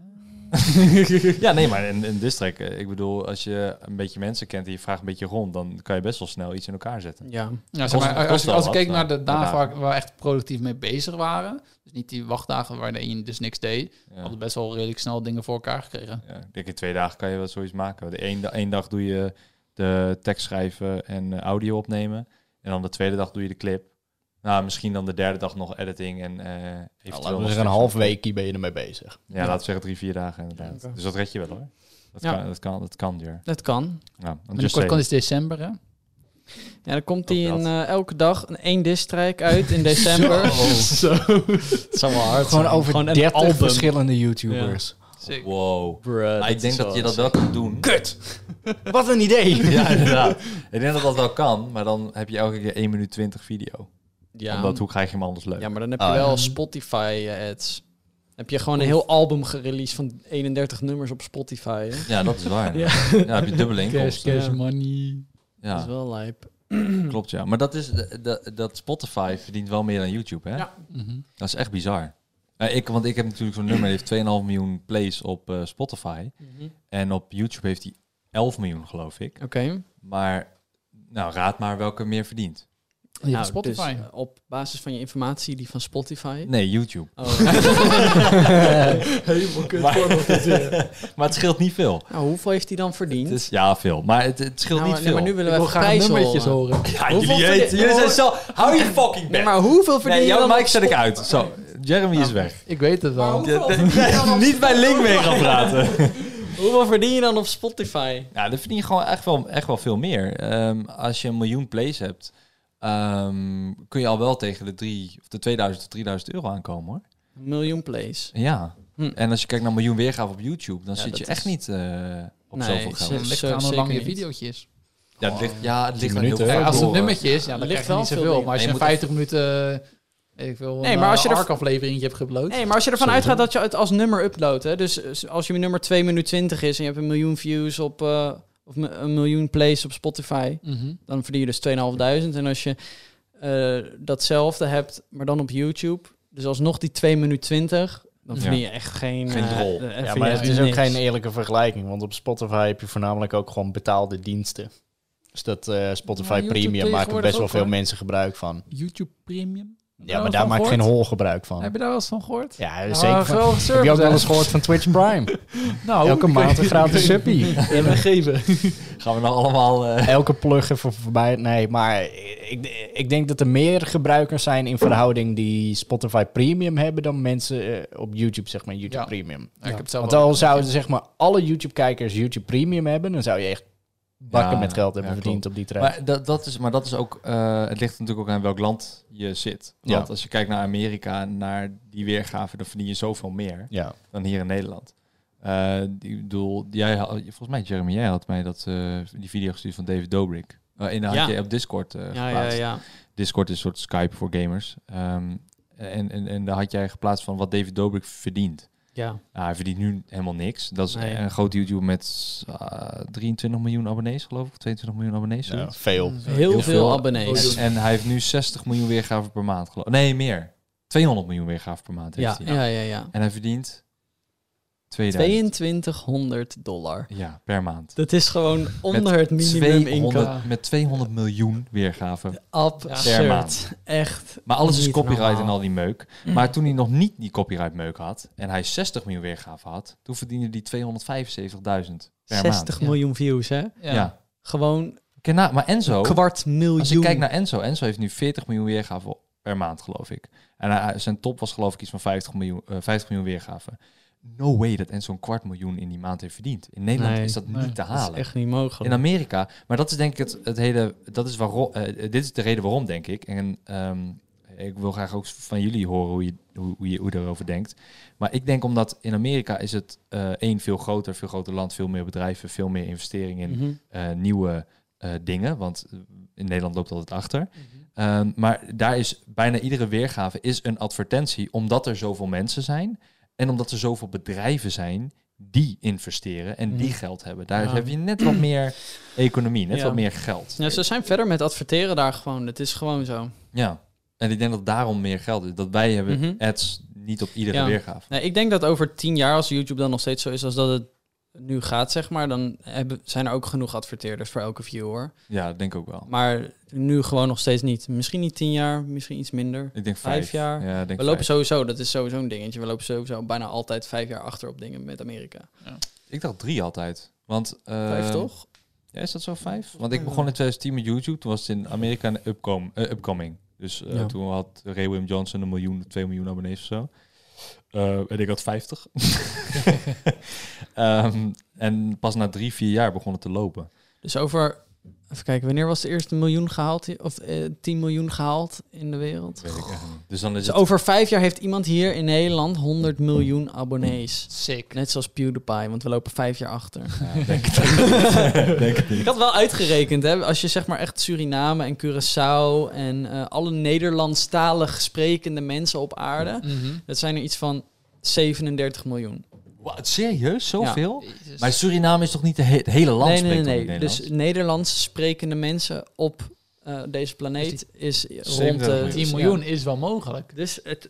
Speaker 2: ja, nee, maar in, in district, eh, ik bedoel, als je een beetje mensen kent en je vraagt een beetje rond, dan kan je best wel snel iets in elkaar zetten.
Speaker 3: Ja.
Speaker 4: Ja, zeg
Speaker 2: Kost-
Speaker 4: maar, als,
Speaker 2: kost
Speaker 4: ik-
Speaker 2: wel
Speaker 4: als ik
Speaker 2: wat,
Speaker 4: keek naar de
Speaker 2: maar-
Speaker 4: dagen
Speaker 2: maar-
Speaker 4: waar, ik- waar we echt productief mee bezig waren, dus niet die wachtdagen waarin je dus niks deed,
Speaker 2: Ja.
Speaker 4: hadden best wel redelijk snel dingen voor elkaar gekregen.
Speaker 2: Ja, ik denk in twee dagen kan je wel zoiets maken. De één, da- één dag doe je de tekst schrijven en eh, audio opnemen. En dan de tweede dag doe je de clip. Nou, misschien dan de derde dag nog editing en eh
Speaker 5: Ja,
Speaker 2: eventueel
Speaker 5: laten we
Speaker 2: nog
Speaker 5: zeggen, een
Speaker 2: stukjes.
Speaker 5: half weekje ben je ermee bezig.
Speaker 2: Ja, laten we zeggen drie, vier dagen inderdaad.
Speaker 3: Ja, oké.
Speaker 2: Dus dat red je wel hoor. Dat
Speaker 3: Ja.
Speaker 2: kan, dat kan, dat kan Nou, Jer.
Speaker 3: Dat kan.
Speaker 2: Ja, dan just
Speaker 4: Binnenkort kan
Speaker 2: saying.
Speaker 4: is december, hè?
Speaker 3: Ja, dan komt hij
Speaker 2: Ook
Speaker 3: in
Speaker 2: dat.
Speaker 3: eh, elke dag een één distrijk uit in december.
Speaker 5: Het zou wel hard Gewoon over
Speaker 3: Gewoon een
Speaker 5: 30
Speaker 3: album.
Speaker 5: verschillende YouTubers.
Speaker 2: Wow. Maar ik denk dat je dat wel kan doen.
Speaker 5: Kut! Wat een idee!
Speaker 2: Ja, inderdaad. Ik denk dat dat wel kan, maar dan heb je elke keer 1 minuut 20 video.
Speaker 3: ja.
Speaker 2: Omdat hoe krijg je hem anders leuk?
Speaker 3: ja, maar dan heb
Speaker 5: Oh,
Speaker 3: je
Speaker 5: ja.
Speaker 3: wel Spotify-ads. Heb je gewoon een heel album gereleased van 31 nummers op Spotify. Hè?
Speaker 2: Ja, dat is waar.
Speaker 3: Ja.
Speaker 2: Ja, dan heb je dubbele
Speaker 4: Cash,
Speaker 2: inkomsten.
Speaker 4: cash,
Speaker 3: Ja.
Speaker 4: money.
Speaker 3: Dat is
Speaker 2: Ja,
Speaker 3: wel lijp. Hm.
Speaker 2: klopt ja. Maar dat, is, dat, dat Spotify verdient wel meer dan YouTube, hè?
Speaker 3: Ja.
Speaker 4: Mhm.
Speaker 2: Dat is echt bizar. Eh, ik, want ik heb natuurlijk zo'n nummer, die heeft 2,5 miljoen plays op eh, Spotify. En op YouTube heeft hij 11 miljoen, geloof ik.
Speaker 3: Mhm. Oké.
Speaker 2: Maar, nou, raad maar welke meer verdient.
Speaker 4: Die
Speaker 3: Nou,
Speaker 4: van Spotify.
Speaker 3: dus, eh, op basis van je informatie, die van Spotify.
Speaker 2: Nee, YouTube.
Speaker 3: Oh.
Speaker 2: maar, maar het scheelt niet veel.
Speaker 3: nou, hoeveel heeft hij dan verdiend?
Speaker 2: Het is, ja, veel. Maar het, het scheelt
Speaker 3: nou,
Speaker 2: niet
Speaker 3: maar,
Speaker 2: veel.
Speaker 3: maar nu willen
Speaker 4: ik
Speaker 3: we
Speaker 4: wil
Speaker 3: even
Speaker 4: graag
Speaker 3: prijzen
Speaker 4: nummertjes
Speaker 3: horen.
Speaker 4: horen.
Speaker 2: Ja,
Speaker 3: Hoeveel
Speaker 2: jullie,
Speaker 3: verdien-
Speaker 2: heet- jullie zijn zo... Hou je fucking
Speaker 3: Nee,
Speaker 2: back.
Speaker 3: maar hoeveel verdien
Speaker 2: Nee,
Speaker 3: je
Speaker 2: jouw
Speaker 3: dan
Speaker 2: mic
Speaker 3: op
Speaker 2: zet ik uit. Zo, Jeremy is weg.
Speaker 4: Ik weet het wel.
Speaker 3: hoeveel
Speaker 2: Ja,
Speaker 3: verdien je dan op-
Speaker 2: niet bij Link mee gaan praten.
Speaker 3: Hoeveel verdien je dan op Spotify?
Speaker 2: Ja, dan verdien je gewoon echt wel, echt wel veel meer. Ehm, als je een miljoen plays hebt, ehm, kun je al wel tegen de, drie, of de 2000 of 3000 euro aankomen hoor.
Speaker 3: Een miljoen plays.
Speaker 2: Ja.
Speaker 3: Hm.
Speaker 2: En als je kijkt naar een miljoen weergave op YouTube, dan
Speaker 3: Ja,
Speaker 2: zit
Speaker 3: dat
Speaker 2: je echt
Speaker 3: is-
Speaker 2: niet eh, op
Speaker 3: Nee,
Speaker 2: zoveel
Speaker 3: ze-
Speaker 2: geld.
Speaker 4: Het ligt
Speaker 3: Zeker
Speaker 4: aan hoe lang je
Speaker 3: niet.
Speaker 4: videootje is.
Speaker 2: Ja, het ligt, ja, het ligt aan heel
Speaker 5: minuten,
Speaker 2: veel
Speaker 5: hè?
Speaker 4: Kijk, als het een
Speaker 2: factoren.
Speaker 4: nummertje is, ja, dan
Speaker 3: Ligt
Speaker 4: ligt
Speaker 3: wel
Speaker 4: wel niet
Speaker 3: veel
Speaker 4: zoveel.
Speaker 3: dingen.
Speaker 4: Maar als
Speaker 2: Nee,
Speaker 4: je
Speaker 2: je
Speaker 4: 50 minuten, eh, weet ik veel,
Speaker 3: Nee,
Speaker 4: een
Speaker 3: maar als je er-
Speaker 4: ARC-aflevering hebt geüpload.
Speaker 3: Nee, maar als je ervan uitgaat dat je het als nummer uploadt, hè, dus eh, als je nummer 2 minuut 20 is en je hebt een miljoen views op, eh, of mi- een miljoen plays op Spotify,
Speaker 4: Mhm.
Speaker 3: dan verdien je dus 2500. En als je eh, datzelfde hebt, maar dan op YouTube, dus alsnog die 2 minuut 20, dan
Speaker 2: Ja.
Speaker 3: verdien je echt geen...
Speaker 2: Geen
Speaker 3: eh,
Speaker 2: drol.
Speaker 3: eh,
Speaker 5: Ja,
Speaker 3: verdien
Speaker 5: maar
Speaker 3: je
Speaker 5: het
Speaker 3: echt
Speaker 5: is ook
Speaker 3: niks.
Speaker 5: geen eerlijke vergelijking, want op Spotify heb je voornamelijk ook gewoon betaalde diensten. Dus dat eh,
Speaker 4: Ja,
Speaker 5: Spotify
Speaker 4: YouTube
Speaker 5: Premium maken
Speaker 4: tegenwoordig
Speaker 5: best wel
Speaker 4: ook,
Speaker 5: veel
Speaker 4: hoor.
Speaker 5: mensen gebruik van.
Speaker 4: YouTube Premium.
Speaker 5: Ja,
Speaker 4: wel
Speaker 5: maar daar
Speaker 4: van
Speaker 5: maak ik geen
Speaker 4: gehoord?
Speaker 5: hol gebruik van.
Speaker 4: Heb je daar wel eens van gehoord?
Speaker 5: Ja,
Speaker 4: Ah,
Speaker 5: zeker. van-
Speaker 4: geweldige
Speaker 5: heb je ook
Speaker 4: service,
Speaker 5: wel
Speaker 4: hè?
Speaker 5: eens gehoord van Twitch Prime?
Speaker 4: Nou,
Speaker 5: Elke
Speaker 4: ik weet-
Speaker 5: maand een gratis
Speaker 4: ik weet-
Speaker 5: suppie.
Speaker 4: Ja, we geven.
Speaker 2: Gaan we nou allemaal... eh,
Speaker 5: Elke plug even voorbij. Nee, maar ik, ik denk dat er meer gebruikers zijn in verhouding die Spotify Premium hebben dan mensen eh, op YouTube, zeg maar, YouTube
Speaker 4: Ja.
Speaker 5: Premium.
Speaker 4: Ja, ik heb het zelf
Speaker 5: Want
Speaker 4: ook.
Speaker 5: al zouden zeg maar alle YouTube-kijkers YouTube Premium hebben, dan zou je echt bakken
Speaker 2: Ja,
Speaker 5: met geld hebben
Speaker 2: ja,
Speaker 5: verdiend op die trein.
Speaker 2: Maar dat, dat is, maar dat is ook, eh, het ligt natuurlijk ook aan welk land je zit. Want
Speaker 5: Ja.
Speaker 2: als je kijkt naar Amerika, naar die weergave, dan verdien je zoveel meer
Speaker 5: ja.
Speaker 2: dan hier in Nederland. Eh, ik bedoel, jij had, volgens mij, Jeremy, jij had mij dat, eh, die video gestuurd van David Dobrik. Eh, en dat had
Speaker 3: Ja.
Speaker 2: je op Discord eh
Speaker 3: Ja, ja,
Speaker 2: geplaatst.
Speaker 3: ja.
Speaker 2: Discord is een soort Skype voor gamers. Ehm, en, en, en daar had jij geplaatst van wat David Dobrik verdient.
Speaker 3: Ja.
Speaker 2: Ja, hij verdient nu helemaal niks. Dat is
Speaker 3: Nee.
Speaker 2: een groot YouTuber met eh, 23 miljoen abonnees, geloof ik. 22 miljoen abonnees.
Speaker 5: Ja,
Speaker 2: zoiets.
Speaker 5: nou, veel.
Speaker 4: Mm.
Speaker 3: Heel,
Speaker 2: Heel
Speaker 3: veel,
Speaker 2: veel
Speaker 3: abonnees.
Speaker 2: En, en hij heeft nu 60 miljoen weergaven per maand, geloof Nee, meer. 200 miljoen weergaven per maand heeft
Speaker 3: Ja,
Speaker 2: hij.
Speaker 3: ja, ja, ja.
Speaker 2: En hij verdient 2000.
Speaker 3: 2200 dollar.
Speaker 2: Ja, per maand.
Speaker 3: Dat is gewoon onder het minimuminkomen.
Speaker 2: 200 Met 200 miljoen weergaven. per
Speaker 3: Absurd.
Speaker 2: maand.
Speaker 3: Echt.
Speaker 2: Maar alles is
Speaker 3: Niet
Speaker 2: copyright
Speaker 3: normaal.
Speaker 2: en al die meuk. Maar toen hij nog niet die copyright meuk had en hij 60 miljoen weergaven had, toen verdiende hij 275.000 per
Speaker 3: 60
Speaker 2: maand.
Speaker 3: miljoen views, hè?
Speaker 2: Ja.
Speaker 3: Gewoon
Speaker 2: Kijk na- maar Enzo,
Speaker 3: kwart miljoen.
Speaker 2: als je kijkt naar Enzo, Enzo heeft nu 40 miljoen weergaven per maand, geloof ik. En hij- zijn top was geloof ik iets van 50 miljoen, eh, 50 miljoen weergaven. No way dat Enzo een kwart miljoen in die maand heeft verdiend. In Nederland
Speaker 3: Nee.
Speaker 2: is dat
Speaker 4: Nee.
Speaker 2: niet te
Speaker 3: Dat
Speaker 2: halen.
Speaker 3: is echt niet mogelijk.
Speaker 2: In Amerika. Maar dat is denk ik het, het hele. Dat is waarom, eh, dit is de reden waarom, denk ik. En ehm, ik wil graag ook van jullie horen hoe je, hoe, hoe je hoe je erover denkt. Maar ik denk omdat in Amerika is het eh één veel groter, veel groter land, veel meer bedrijven, veel meer investeringen in
Speaker 3: Mhm.
Speaker 2: eh, nieuwe eh, dingen. Want eh, in Nederland loopt altijd achter.
Speaker 3: Mhm.
Speaker 2: Ehm, maar daar is bijna iedere weergave is een advertentie, omdat er zoveel mensen zijn en omdat er zoveel bedrijven zijn die investeren en die geld hebben. Daar
Speaker 3: Mhm. Ja.
Speaker 2: heb je net wat meer economie, net
Speaker 3: Ja.
Speaker 2: wat meer geld.
Speaker 3: Ja, ze zijn verder met adverteren daar gewoon. Het is gewoon zo.
Speaker 2: Ja. En ik denk dat daarom meer geld is. Dat wij hebben
Speaker 3: Mhm.
Speaker 2: ads niet op iedere
Speaker 3: Ja.
Speaker 2: weergave.
Speaker 3: Nee, ik denk dat over tien jaar, als YouTube dan nog steeds zo is als dat het nu gaat, zeg maar, dan hebben, zijn er ook genoeg adverteerders voor elke viewer.
Speaker 2: Ja, dat denk ik ook wel.
Speaker 3: Maar nu gewoon nog steeds niet. Misschien niet tien jaar, misschien iets minder.
Speaker 2: Ik denk vijf,
Speaker 3: Vijf jaar.
Speaker 2: Ja, ik denk
Speaker 3: We lopen
Speaker 2: vijf.
Speaker 3: sowieso, dat is sowieso een dingetje. We lopen sowieso bijna altijd vijf jaar achter op dingen met Amerika.
Speaker 2: Ik dacht drie altijd. Want, eh,
Speaker 3: Vijf toch?
Speaker 2: Ja, is dat zo vijf? Want ik begon in 2010 met YouTube. Toen was het in Amerika een upcom, eh, upcoming. Dus eh,
Speaker 3: Ja.
Speaker 2: toen had Ray William Johnson een miljoen, twee miljoen abonnees of zo. Eh, en ik had 50. Ehm, en pas na drie, vier jaar begon het te lopen.
Speaker 3: Dus over, even kijken, wanneer was de eerste miljoen gehaald? hier- Of eh 10 miljoen gehaald in de wereld?
Speaker 2: Dat weet ik echt niet. Dus dan is
Speaker 3: Dus
Speaker 2: het...
Speaker 3: over vijf jaar heeft iemand hier in Nederland 100 miljoen abonnees.
Speaker 4: Sick.
Speaker 3: Net zoals PewDiePie, want we lopen vijf jaar achter.
Speaker 2: Ja, denk het niet. denk het
Speaker 3: Ik
Speaker 2: niet.
Speaker 3: had wel uitgerekend, hè, als je zeg maar echt Suriname en Curaçao en eh, alle Nederlandstalig sprekende mensen op aarde,
Speaker 4: Mhm.
Speaker 3: dat zijn er iets van 37 miljoen.
Speaker 2: Wat, serieus? Zoveel?
Speaker 4: Jezus.
Speaker 2: Maar Suriname is toch niet de he- het hele land
Speaker 3: nee, nee,
Speaker 2: spreekt
Speaker 3: nee.
Speaker 2: toch
Speaker 3: nee.
Speaker 2: niet Nederlands?
Speaker 3: Dus Nederlands sprekende mensen op eh, deze planeet is rond
Speaker 2: 37
Speaker 3: de
Speaker 2: miljoen.
Speaker 5: dus,
Speaker 4: 10 miljoen is wel mogelijk.
Speaker 3: Dus het,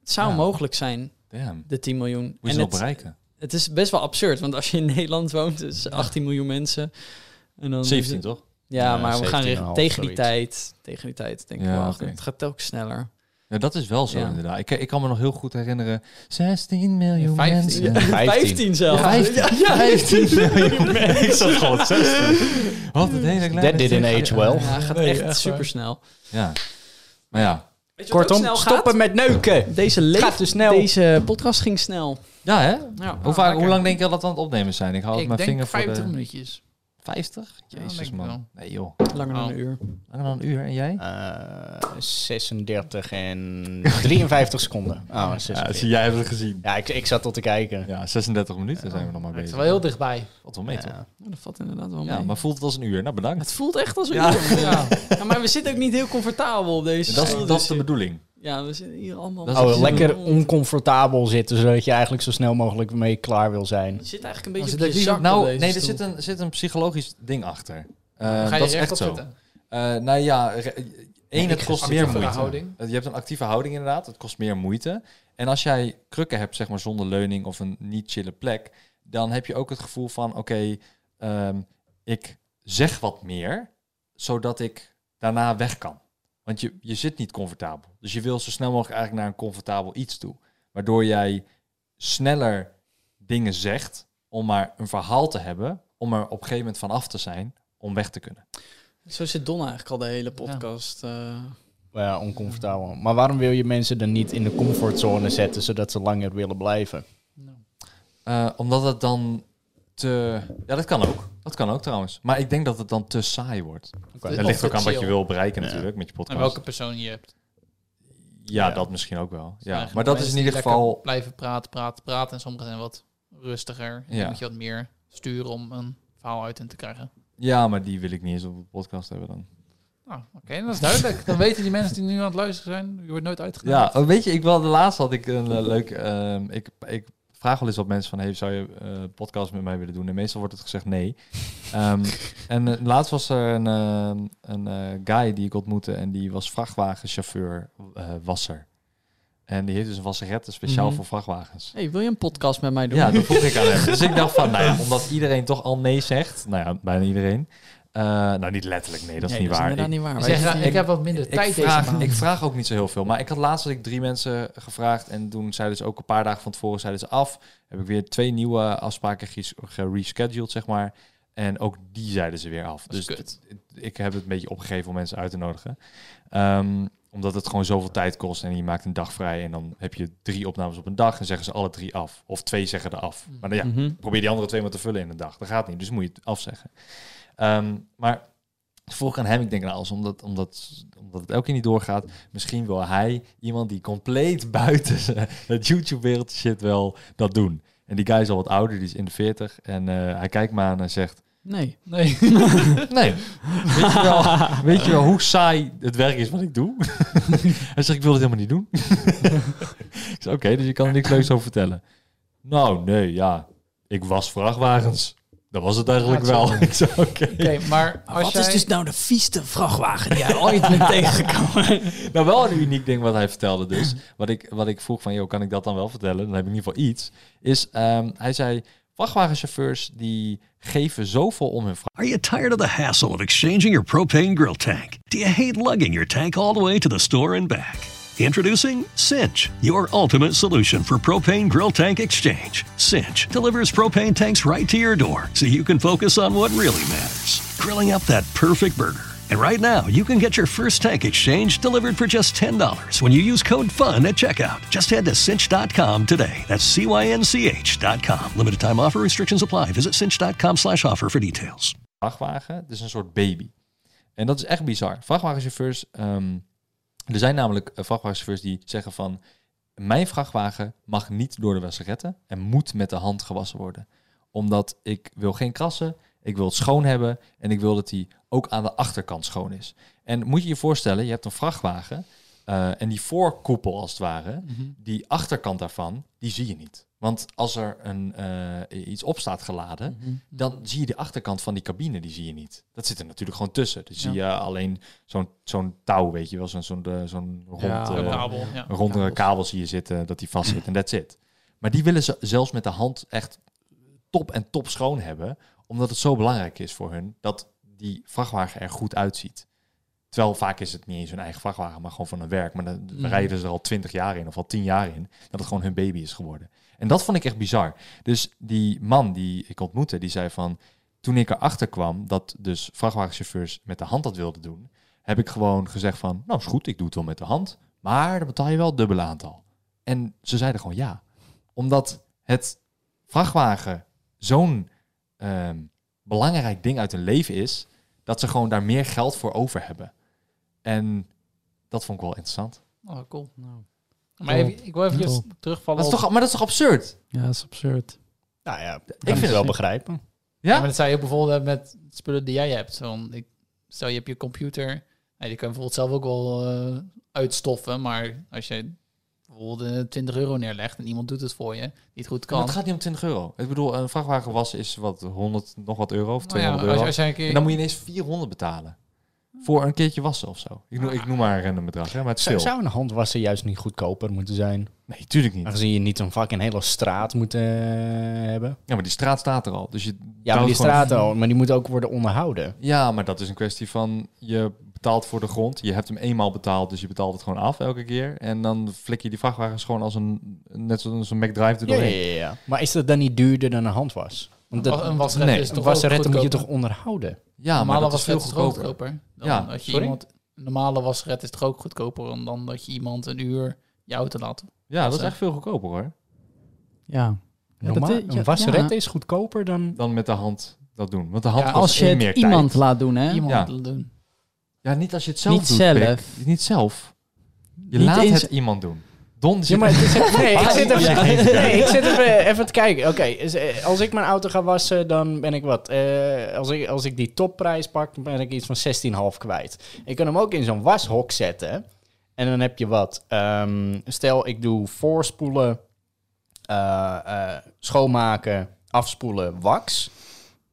Speaker 3: het zou
Speaker 2: Ja.
Speaker 3: mogelijk zijn,
Speaker 2: Damn.
Speaker 3: de 10 miljoen.
Speaker 2: Hoe is
Speaker 3: Dus- en
Speaker 2: dat
Speaker 3: het,
Speaker 2: bereiken?
Speaker 3: het is best wel absurd, want als je in Nederland woont, is 18 miljoen mensen. En dan
Speaker 2: 17, toch?
Speaker 3: Ja,
Speaker 5: Ja,
Speaker 3: maar we gaan
Speaker 5: 17,5
Speaker 3: richt- tegen die
Speaker 5: zoiets.
Speaker 3: tijd. Tegen die tijd, denk ik
Speaker 2: Ja,
Speaker 3: wel.
Speaker 2: oké.
Speaker 3: Het gaat telkens sneller.
Speaker 2: Ja, dat is wel zo
Speaker 3: Ja.
Speaker 2: inderdaad. Ik, ik kan me nog heel goed herinneren. 16 miljoen
Speaker 4: Vijftien.
Speaker 2: mensen.
Speaker 5: 15.
Speaker 3: 15 zelf.
Speaker 2: 15,
Speaker 3: Ja,
Speaker 2: 15 miljoen. Ik zat gewoon 16. Wat een hele kleine...
Speaker 5: That didn't age well.
Speaker 3: Ja, het gaat
Speaker 4: Nee,
Speaker 3: echt
Speaker 4: echt waar.
Speaker 3: supersnel.
Speaker 2: Ja. Maar ja.
Speaker 3: Weet je wat ook
Speaker 5: Kortom,
Speaker 3: snel gaat?
Speaker 5: stoppen met neuken.
Speaker 3: Deze, leef-
Speaker 5: Gaat dus snel.
Speaker 3: deze podcast ging snel.
Speaker 2: Ja, hè?
Speaker 3: Ja.
Speaker 2: Hoe, vaak, hoe lang denk je dat we aan het opnemen zijn? Ik hou
Speaker 4: Nou, ik
Speaker 2: mijn
Speaker 4: denk
Speaker 2: vinger voor
Speaker 4: 50
Speaker 2: de...
Speaker 4: minuutjes.
Speaker 2: 50?
Speaker 4: Ja,
Speaker 2: Jezus,
Speaker 4: denk ik wel.
Speaker 2: man. Nee, joh.
Speaker 3: Langer dan
Speaker 4: Oh.
Speaker 3: een uur.
Speaker 2: Langer dan een uur. En jij?
Speaker 5: Eh, 36 en 53 seconden. Oh, 46.
Speaker 2: jij hebt het gezien.
Speaker 5: Ja, ik, ik zat tot te kijken.
Speaker 2: Ja, 36 minuten zijn we nog maar
Speaker 4: Ik zat
Speaker 2: bezig.
Speaker 4: wel heel dichtbij.
Speaker 2: Valt wel mee, toch?
Speaker 5: Ja.
Speaker 3: Nou, dat valt inderdaad wel mee.
Speaker 2: Ja, maar voelt het als een uur. Nou, bedankt.
Speaker 3: Het voelt echt als een
Speaker 2: Ja.
Speaker 3: uur. Ja. Ja, maar we zitten ook niet heel comfortabel op deze
Speaker 2: Dat
Speaker 3: stoel,
Speaker 2: is, dat
Speaker 3: dus
Speaker 2: is de
Speaker 3: je-
Speaker 2: bedoeling.
Speaker 3: Ja, we zitten hier allemaal...
Speaker 2: Dat is
Speaker 5: Oh,
Speaker 2: Precies.
Speaker 5: lekker oncomfortabel zitten, zodat je eigenlijk zo snel mogelijk mee klaar wil zijn.
Speaker 3: Je Oh, zit eigenlijk een
Speaker 4: Als
Speaker 3: beetje
Speaker 4: het
Speaker 3: op je
Speaker 4: er
Speaker 3: zak op
Speaker 2: Nou,
Speaker 3: deze
Speaker 2: nee, er
Speaker 3: stoel.
Speaker 2: zit een, zit een psychologisch ding achter. Eh,
Speaker 4: Ga je
Speaker 2: dat is
Speaker 4: rechtop
Speaker 2: echt zo.
Speaker 4: zitten?
Speaker 2: Eh, nou ja, re- één,
Speaker 5: ik
Speaker 2: het
Speaker 5: ga
Speaker 2: kost
Speaker 4: actieve
Speaker 2: meer moeite.
Speaker 4: houding.
Speaker 2: Eh, Je hebt een actieve houding inderdaad, het kost meer moeite. En als jij krukken hebt, zeg maar zonder leuning of een niet chille plek, dan heb je ook het gevoel van, oké, ehm, ik zeg wat meer, zodat ik daarna weg kan. Want je, je zit niet comfortabel. Dus je wil zo snel mogelijk eigenlijk naar een comfortabel iets toe. Waardoor jij sneller dingen zegt om maar een verhaal te hebben, om er op een gegeven moment van af te zijn, om weg te kunnen.
Speaker 3: Zo zit Don eigenlijk al de hele podcast. eh.
Speaker 5: Ja, oncomfortabel. Maar waarom wil je mensen dan niet in de comfortzone zetten, zodat ze langer willen blijven?
Speaker 2: Eh, omdat het dan te... Ja, dat kan ook. Dat kan ook trouwens. Maar ik denk dat het dan te saai wordt.
Speaker 5: Oké.
Speaker 2: Het ligt
Speaker 4: te
Speaker 2: ook aan wat je
Speaker 4: chill.
Speaker 2: wil bereiken
Speaker 5: Ja.
Speaker 2: natuurlijk met je
Speaker 4: En
Speaker 2: podcast.
Speaker 4: welke persoon je hebt.
Speaker 2: Ja,
Speaker 5: Ja.
Speaker 2: dat misschien ook wel.
Speaker 4: Er
Speaker 2: Ja.
Speaker 4: zijn
Speaker 2: Maar dat is
Speaker 4: mensen
Speaker 2: in
Speaker 4: die
Speaker 2: ieder
Speaker 4: lekker
Speaker 2: geval...
Speaker 4: Blijven praten, praten, praten. En sommigen zijn wat rustiger. En
Speaker 2: Ja.
Speaker 4: Dan moet je wat meer sturen om een verhaal uit hen te krijgen.
Speaker 2: Ja, maar die wil ik niet eens op de podcast hebben dan.
Speaker 4: Nou, oké, dat is duidelijk. Dan weten die mensen die nu aan
Speaker 2: Oh,
Speaker 4: het luisteren zijn, je wordt nooit uitgenodigd.
Speaker 2: Ja, oh, weet je, ik wel, de laatste had ik een eh, leuk... ehm, ik, ik vraag wel eens wat mensen van, hey, zou je eh, een podcast met mij willen doen? En meestal wordt het gezegd nee. Ehm, en eh, laatst was er een, ehm, een eh, guy die ik ontmoette en die was vrachtwagenchauffeur, eh, wasser. En die heeft dus een wasserette speciaal
Speaker 3: Mhm.
Speaker 2: voor vrachtwagens.
Speaker 3: hey, wil je een podcast met mij doen?
Speaker 2: Ja, dat vroeg ik aan hem. Dus ik dacht van, nou ja, omdat iedereen toch al nee zegt, nou ja, bijna iedereen. Eh, nou, niet letterlijk nee, dat is
Speaker 3: Nee,
Speaker 2: niet waar.
Speaker 3: inderdaad
Speaker 2: Ik-
Speaker 3: niet waar.
Speaker 4: Ik zeg,
Speaker 3: Maar
Speaker 4: nou,
Speaker 3: je-
Speaker 4: ik heb wat minder tijd
Speaker 2: ik
Speaker 4: deze
Speaker 2: vraag,
Speaker 4: maand.
Speaker 2: ik vraag ook niet zo heel veel. Maar ik had laatst had ik drie mensen gevraagd. En toen zeiden ze ook een paar dagen van tevoren zeiden ze af. Heb ik weer twee nieuwe afspraken ges- gerescheduled, zeg maar. En ook die zeiden ze weer af.
Speaker 3: Dat is
Speaker 2: Dus
Speaker 3: kut.
Speaker 2: d- ik heb het een beetje opgegeven om mensen uit te nodigen. Ehm, omdat het gewoon zoveel tijd kost. En je maakt een dag vrij. En dan heb je drie opnames op een dag. En zeggen ze alle drie af. Of twee zeggen er af. Maar dan, ja,
Speaker 3: Mhm.
Speaker 2: probeer die andere twee maar te vullen in een dag. Dat gaat niet, dus moet je het afzeggen. Ehm, maar vroeg ik aan hem, ik denk nou, als omdat, omdat, omdat het elke keer niet doorgaat, misschien wil hij iemand die compleet buiten zijn- het YouTube-wereld shit wel dat doen. En die guy is al wat ouder, die is in de 40. En eh, hij kijkt me aan en zegt:
Speaker 3: Nee.
Speaker 4: Nee.
Speaker 2: Nee, weet je wel, weet je wel hoe saai het werk is wat ik doe? hij zegt: Ik wil het helemaal niet doen. ik zei: Oké, dus je kan er niks leuks over vertellen. Nou, nee, ja, ik was vrachtwagens. Dat was het eigenlijk
Speaker 4: Ja, het
Speaker 2: wel. ik zei: Oké.
Speaker 4: Oké, maar als
Speaker 3: Wat
Speaker 4: jij...
Speaker 3: is dus nou de vieste vrachtwagen die jij ooit bent tegengekomen?
Speaker 2: Nou, wel een uniek ding wat hij vertelde dus. Wat ik, wat ik vroeg van, joh, kan ik dat dan wel vertellen? Dan heb ik in ieder geval iets. Is, ehm, hij zei, vrachtwagenchauffeurs die geven zoveel om hun vracht.
Speaker 6: Are you tired of the hassle of exchanging your propane grill tank? Do you hate lugging your tank all the way to the store and back? Introducing Cinch, your ultimate solution for propane grill tank exchange. Cinch delivers propane tanks right to your door so you can focus on what really matters grilling up that perfect burger. And right now, you can get your first tank exchange delivered for just $10 when you use code FUN at checkout. Just head to cinch.com today. That's C-Y-N-C-H.com. Limited time offer restrictions apply. Visit cinch.com slash offer for details.
Speaker 2: vrachtwagen. Het is een soort baby. En dat is echt bizar. Vrachtwagenchauffeurs. ehm, er zijn namelijk eh, vrachtwagenchauffeurs die zeggen van. Mijn vrachtwagen mag niet door de wasseretten en moet met de hand gewassen worden. Omdat ik wil geen krassen, ik wil het schoon hebben en ik wil dat die ook aan de achterkant schoon is. En moet je je voorstellen, je hebt een vrachtwagen eh, en die voorkoepel als het ware, die achterkant daarvan, die zie je niet. Want als er een, eh, iets op staat geladen, dan zie je de achterkant van die cabine, die zie je niet. Dat zit er natuurlijk gewoon tussen. Dus zie je alleen zo'n zo'n touw, weet je wel, zo'n zo'n eh, zo'n rond,
Speaker 4: Ja,
Speaker 2: eh,
Speaker 4: een kabel. Ja.
Speaker 2: rond een kabel zie je zitten, dat die vast zit en that's it. Maar die willen ze zelfs met de hand echt top en top schoon hebben, omdat het zo belangrijk is voor hun dat die vrachtwagen er goed uitziet. Terwijl vaak is het niet eens hun eigen vrachtwagen, maar gewoon van hun werk. Maar dan dan rijden ze er al twintig jaar in of al tien jaar in, dat het gewoon hun baby is geworden. En dat vond ik echt bizar. Dus die man die ik ontmoette, die zei van... Toen ik erachter kwam dat dus vrachtwagenchauffeurs met de hand dat wilden doen... heb ik gewoon gezegd van, nou is goed, ik doe het wel met de hand. Maar dan betaal je wel het dubbele aantal. En ze zeiden gewoon ja. Omdat het vrachtwagen zo'n ehm, belangrijk ding uit hun leven is... dat ze gewoon daar meer geld voor over hebben. En dat vond ik wel interessant.
Speaker 4: Oh, cool. Maar even- ik wil even
Speaker 3: Cool.
Speaker 4: terugvallen
Speaker 2: Maar Nou. dat, is
Speaker 4: op-
Speaker 2: toch, maar dat is toch absurd?
Speaker 3: Ja, dat is absurd.
Speaker 5: Nou ja, ik
Speaker 2: vind
Speaker 5: kan het wel
Speaker 2: het-
Speaker 5: begrijpen.
Speaker 4: Ja,
Speaker 2: Ja?
Speaker 4: maar dat zou je bijvoorbeeld hebben met spullen die jij hebt. Zo'n, ik, stel, je hebt je computer. Nou, die kan je bijvoorbeeld zelf ook wel eh, uitstoffen. Maar als je bijvoorbeeld eh, 20 euro neerlegt en iemand doet het voor je, die het goed
Speaker 2: Maar
Speaker 4: kan. Nou
Speaker 2: het gaat niet om 20 euro. Ik bedoel, een vrachtwagen wassen is wat 100 nog wat euro of
Speaker 4: Nou ja,
Speaker 2: 200
Speaker 4: als,
Speaker 2: euro.
Speaker 4: als jij een keer,
Speaker 2: En dan moet je ineens 400 betalen. Voor een keertje wassen of zo. Ik noem, ik noem maar een random bedrag, hè, maar het is
Speaker 5: Zou,
Speaker 2: veel.
Speaker 5: zou een handwasser juist niet goedkoper moeten zijn?
Speaker 2: Nee, tuurlijk niet.
Speaker 5: Aangezien je niet een fucking hele straat moet eh, hebben.
Speaker 2: Ja, maar die straat staat er al. Dus je
Speaker 5: Ja, maar
Speaker 2: betaalt gewoon-
Speaker 5: die straat al, maar die moet ook worden onderhouden.
Speaker 2: Ja, maar dat is een kwestie van... Je betaalt voor de grond. Je hebt hem eenmaal betaald, dus je betaalt het gewoon af elke keer. En dan flik je die vrachtwagens gewoon als een... Net zoals een McDrive er
Speaker 5: Ja, ja,
Speaker 2: doorheen.
Speaker 5: ja, ja. Maar is dat dan niet duurder dan een handwas? Want dat,
Speaker 4: een wasrette
Speaker 2: nee,
Speaker 4: is
Speaker 5: een
Speaker 4: toch
Speaker 5: wasrette
Speaker 4: ook
Speaker 5: moet je toch
Speaker 4: goedkoper?
Speaker 5: onderhouden?
Speaker 2: Ja, maar
Speaker 4: normale
Speaker 2: dat is veel
Speaker 4: wasret is toch ook
Speaker 2: goedkoper.
Speaker 4: goedkoper. Dan
Speaker 2: Ja,
Speaker 4: dat je
Speaker 2: sorry?
Speaker 4: iemand, een normale wasret is toch ook goedkoper dan- dan dat je iemand een uur je auto laat.
Speaker 2: Ja, dat is
Speaker 4: Wassen.
Speaker 2: echt veel goedkoper hoor.
Speaker 3: Ja. Ja, dat
Speaker 5: Normaal,
Speaker 3: is- ja,
Speaker 5: een wasrette
Speaker 3: ja.
Speaker 5: is goedkoper dan...
Speaker 2: Dan met de hand dat doen. Want de hand
Speaker 4: Ja,
Speaker 2: kost
Speaker 3: Als je
Speaker 2: één
Speaker 3: het
Speaker 2: meer tijd.
Speaker 3: iemand laat doen, hè?
Speaker 4: Iemand
Speaker 2: Ja. Oh,
Speaker 4: laat doen.
Speaker 2: Ja, niet als je het zelf
Speaker 3: Niet
Speaker 2: doet.
Speaker 3: zelf.
Speaker 2: Pik. Niet zelf. Je
Speaker 3: Niet
Speaker 2: laat
Speaker 3: eens-
Speaker 2: het iemand doen. Don zit
Speaker 5: Ja, maar het is- nee, ik zit
Speaker 2: Ja,
Speaker 5: even,
Speaker 2: geen
Speaker 5: nee, ik zit even, even te kijken. Oké, is, eh, als ik mijn auto ga wassen, dan ben ik wat. eh, als, ik, als ik die topprijs pak, dan ben ik iets van 16,5 kwijt. Ik kan hem ook in zo'n washok zetten. En dan heb je wat. ehm, stel, ik doe voorspoelen eh, eh, schoonmaken, afspoelen, wax.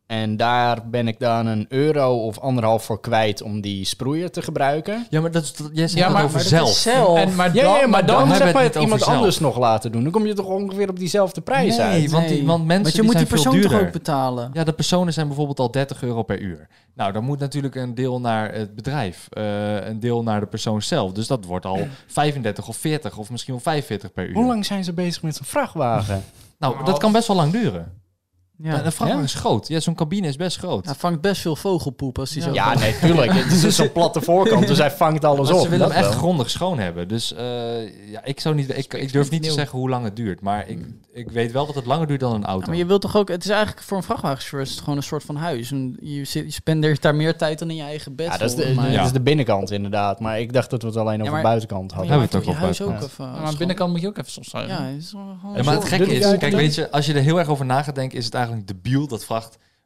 Speaker 5: En daar ben ik dan een euro of anderhalf voor kwijt om die sproeier te gebruiken.
Speaker 2: Ja, maar dat is, jij zegt
Speaker 4: Ja,
Speaker 2: het
Speaker 4: maar-
Speaker 2: over
Speaker 4: maar dat
Speaker 2: zelf.
Speaker 4: En, maar
Speaker 5: Ja,
Speaker 4: dan,
Speaker 5: ja, maar dan,
Speaker 2: hebben we
Speaker 5: zeg maar
Speaker 2: het
Speaker 5: het
Speaker 2: niet over
Speaker 5: iemand
Speaker 2: zelf.
Speaker 5: anders nog laten doen. Dan kom je toch ongeveer op diezelfde prijs
Speaker 2: nee,
Speaker 5: uit.
Speaker 2: Want, die, want mensen
Speaker 7: Want je
Speaker 2: die
Speaker 7: moet die
Speaker 2: zijn
Speaker 7: persoon
Speaker 2: veel
Speaker 7: toch
Speaker 2: duurder.
Speaker 7: ook betalen?
Speaker 2: Ja, de personen zijn bijvoorbeeld al 30 euro per uur. Nou, dan moet natuurlijk een deel naar het bedrijf, eh, een deel naar de persoon zelf. Dus dat wordt al 35 of 40 of misschien wel 45 per uur.
Speaker 5: Hoe lang zijn ze bezig met zo'n vrachtwagen?
Speaker 2: Nou, dat kan best wel lang duren.
Speaker 7: Ja.
Speaker 2: Een vrachtwagen
Speaker 5: Ja.
Speaker 2: is groot. Ja, zo'n cabine is best groot.
Speaker 7: Hij vangt best veel vogelpoep als hij zo...
Speaker 5: ja, nee, tuurlijk. Het is dus zo'n platte voorkant, dus hij vangt alles
Speaker 2: Maar
Speaker 5: op.
Speaker 2: ze willen
Speaker 5: Dat
Speaker 2: hem echt
Speaker 5: wel.
Speaker 2: grondig schoon hebben. Dus eh, ja, ik, zou niet, ik, ik durf niet te
Speaker 5: nieuw.
Speaker 2: zeggen hoe lang het duurt. Maar ik,
Speaker 5: Hmm.
Speaker 2: ik weet wel dat het langer duurt dan een auto.
Speaker 7: Maar je wilt toch ook... Het is eigenlijk voor een vrachtwagenchauffeur is het gewoon een soort van huis. En je, zit, je spendeert daar meer tijd dan in je eigen bed.
Speaker 5: Ja, dat is, de,
Speaker 7: volgens mij.
Speaker 2: Ja.
Speaker 5: dat is de binnenkant inderdaad. Maar ik dacht dat we het alleen over
Speaker 7: maar-
Speaker 5: de buitenkant
Speaker 7: Maar
Speaker 5: hadden.
Speaker 7: je
Speaker 2: Hebben we
Speaker 7: maakt
Speaker 2: het ook
Speaker 7: je
Speaker 2: wel
Speaker 7: huis ook
Speaker 2: buiten.
Speaker 7: even...
Speaker 4: maar
Speaker 7: schoon.
Speaker 4: binnenkant moet je ook even soms zijn.
Speaker 7: Ja, het is wel gewoon
Speaker 2: Ja, maar het
Speaker 7: zo-
Speaker 2: gekke
Speaker 5: doe
Speaker 2: is,
Speaker 5: die uit,
Speaker 2: kijk,
Speaker 5: doe
Speaker 2: weet je, als je er heel erg over na gaat denken, is het eigenlijk debiel dat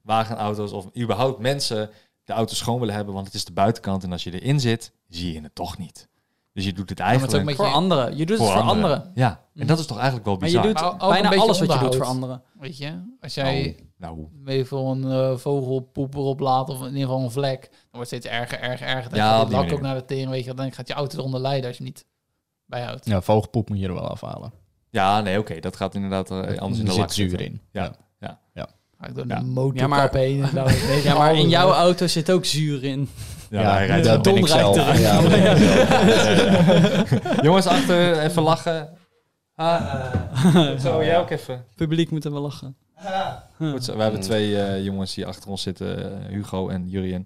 Speaker 2: vrachtwagenauto's of überhaupt mensen de auto schoon willen hebben, want het is de buitenkant en als je erin zit, zie je het toch niet. Dus je doet het
Speaker 4: maar het is ook
Speaker 2: eigenlijk
Speaker 4: een beetje-
Speaker 3: Voor anderen. Je doet het voor anderen.
Speaker 2: Ja, en dat is toch eigenlijk wel
Speaker 3: Maar je
Speaker 2: bizar.
Speaker 3: doet
Speaker 4: Maar ook een
Speaker 3: bijna
Speaker 4: beetje
Speaker 3: alles wat je doet
Speaker 4: onderhoud.
Speaker 3: voor anderen.
Speaker 4: Weet je, als
Speaker 2: nou,
Speaker 4: jij
Speaker 2: nou.
Speaker 4: mee voor een eh, vogelpoep erop laat of in ieder geval een vlek, dan wordt het steeds erger, erger, erger. Dan
Speaker 2: Ja,
Speaker 4: gaat
Speaker 2: op
Speaker 4: het
Speaker 2: die
Speaker 4: lak ook
Speaker 2: manier.
Speaker 4: naar de tering, weet je, dan gaat je auto eronder lijden als je niet bijhoudt.
Speaker 5: Ja, vogelpoep moet je er wel afhalen.
Speaker 2: Ja, nee, oké, dat gaat inderdaad eh, anders in de
Speaker 5: er
Speaker 2: lak
Speaker 5: zit zuur
Speaker 2: zitten.
Speaker 5: in.
Speaker 2: Ja, ja.
Speaker 4: Ga ik door
Speaker 2: Ja.
Speaker 4: de motorkap
Speaker 3: Ja, maar-
Speaker 4: heen en daar- nee,
Speaker 3: Oh, Ja, maar in
Speaker 4: alles
Speaker 3: jouw
Speaker 4: wordt-
Speaker 3: auto zit ook zuur in.
Speaker 2: Ja, hij rijdt
Speaker 5: dat
Speaker 2: wel.
Speaker 5: ben
Speaker 3: Tom
Speaker 5: ik
Speaker 3: rijdt
Speaker 5: zelf.
Speaker 3: erin.
Speaker 5: Ja, dat ben ik zelf.
Speaker 2: Jongens, achter, even lachen. Ah, eh, zo, jij ook even.
Speaker 3: Publiek moet er wel lachen.
Speaker 2: Goed zo. We hebben twee eh, jongens die achter ons zitten, eh, Hugo en Jurien.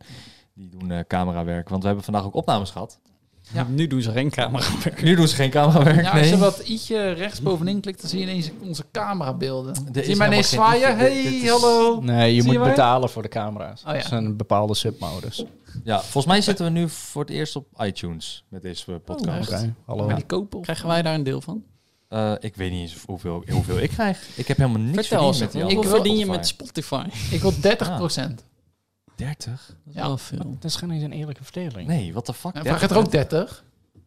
Speaker 2: Die doen eh, camerawerk, want we hebben vandaag ook opnames gehad.
Speaker 3: Nu doen ze geen camera.
Speaker 2: Nu doen ze geen camerawerk,
Speaker 4: Ja, als
Speaker 2: nee.
Speaker 4: je wat ietsje rechtsbovenin klikt, dan zie je ineens onze camerabeelden. Zie je mij
Speaker 2: helemaal
Speaker 4: ineens
Speaker 2: geen
Speaker 4: zwaaien?
Speaker 2: ietsje.
Speaker 4: Hey, eh,
Speaker 2: Dit- dit is-
Speaker 4: hallo!
Speaker 5: Nee, je
Speaker 4: Zie je
Speaker 5: moet
Speaker 4: mij?
Speaker 5: betalen voor de camera's.
Speaker 4: ja.
Speaker 5: Dat zijn bepaalde submodus.
Speaker 2: Ja, volgens mij zitten we nu voor het eerst op iTunes met deze eh, podcast.
Speaker 5: Oké, hallo.
Speaker 4: Maar die kopen. of-
Speaker 3: Krijgen wij daar een deel van?
Speaker 2: Eh, ik weet niet eens hoeveel, hoeveel ik krijg. Ik heb helemaal niks
Speaker 3: Vertel eens.
Speaker 2: verdiend met die
Speaker 3: hoeveel
Speaker 2: andere
Speaker 3: verdien je met
Speaker 2: Spotify. Ah.
Speaker 3: Spotify?
Speaker 4: Ik wil 30%.
Speaker 2: 30?
Speaker 3: Dat is
Speaker 4: Ja.
Speaker 3: wel veel.
Speaker 5: Dat is geen eens een eerlijke verdeling.
Speaker 2: Nee, wat de fuck?
Speaker 4: Ja. Vraag het er ook 30.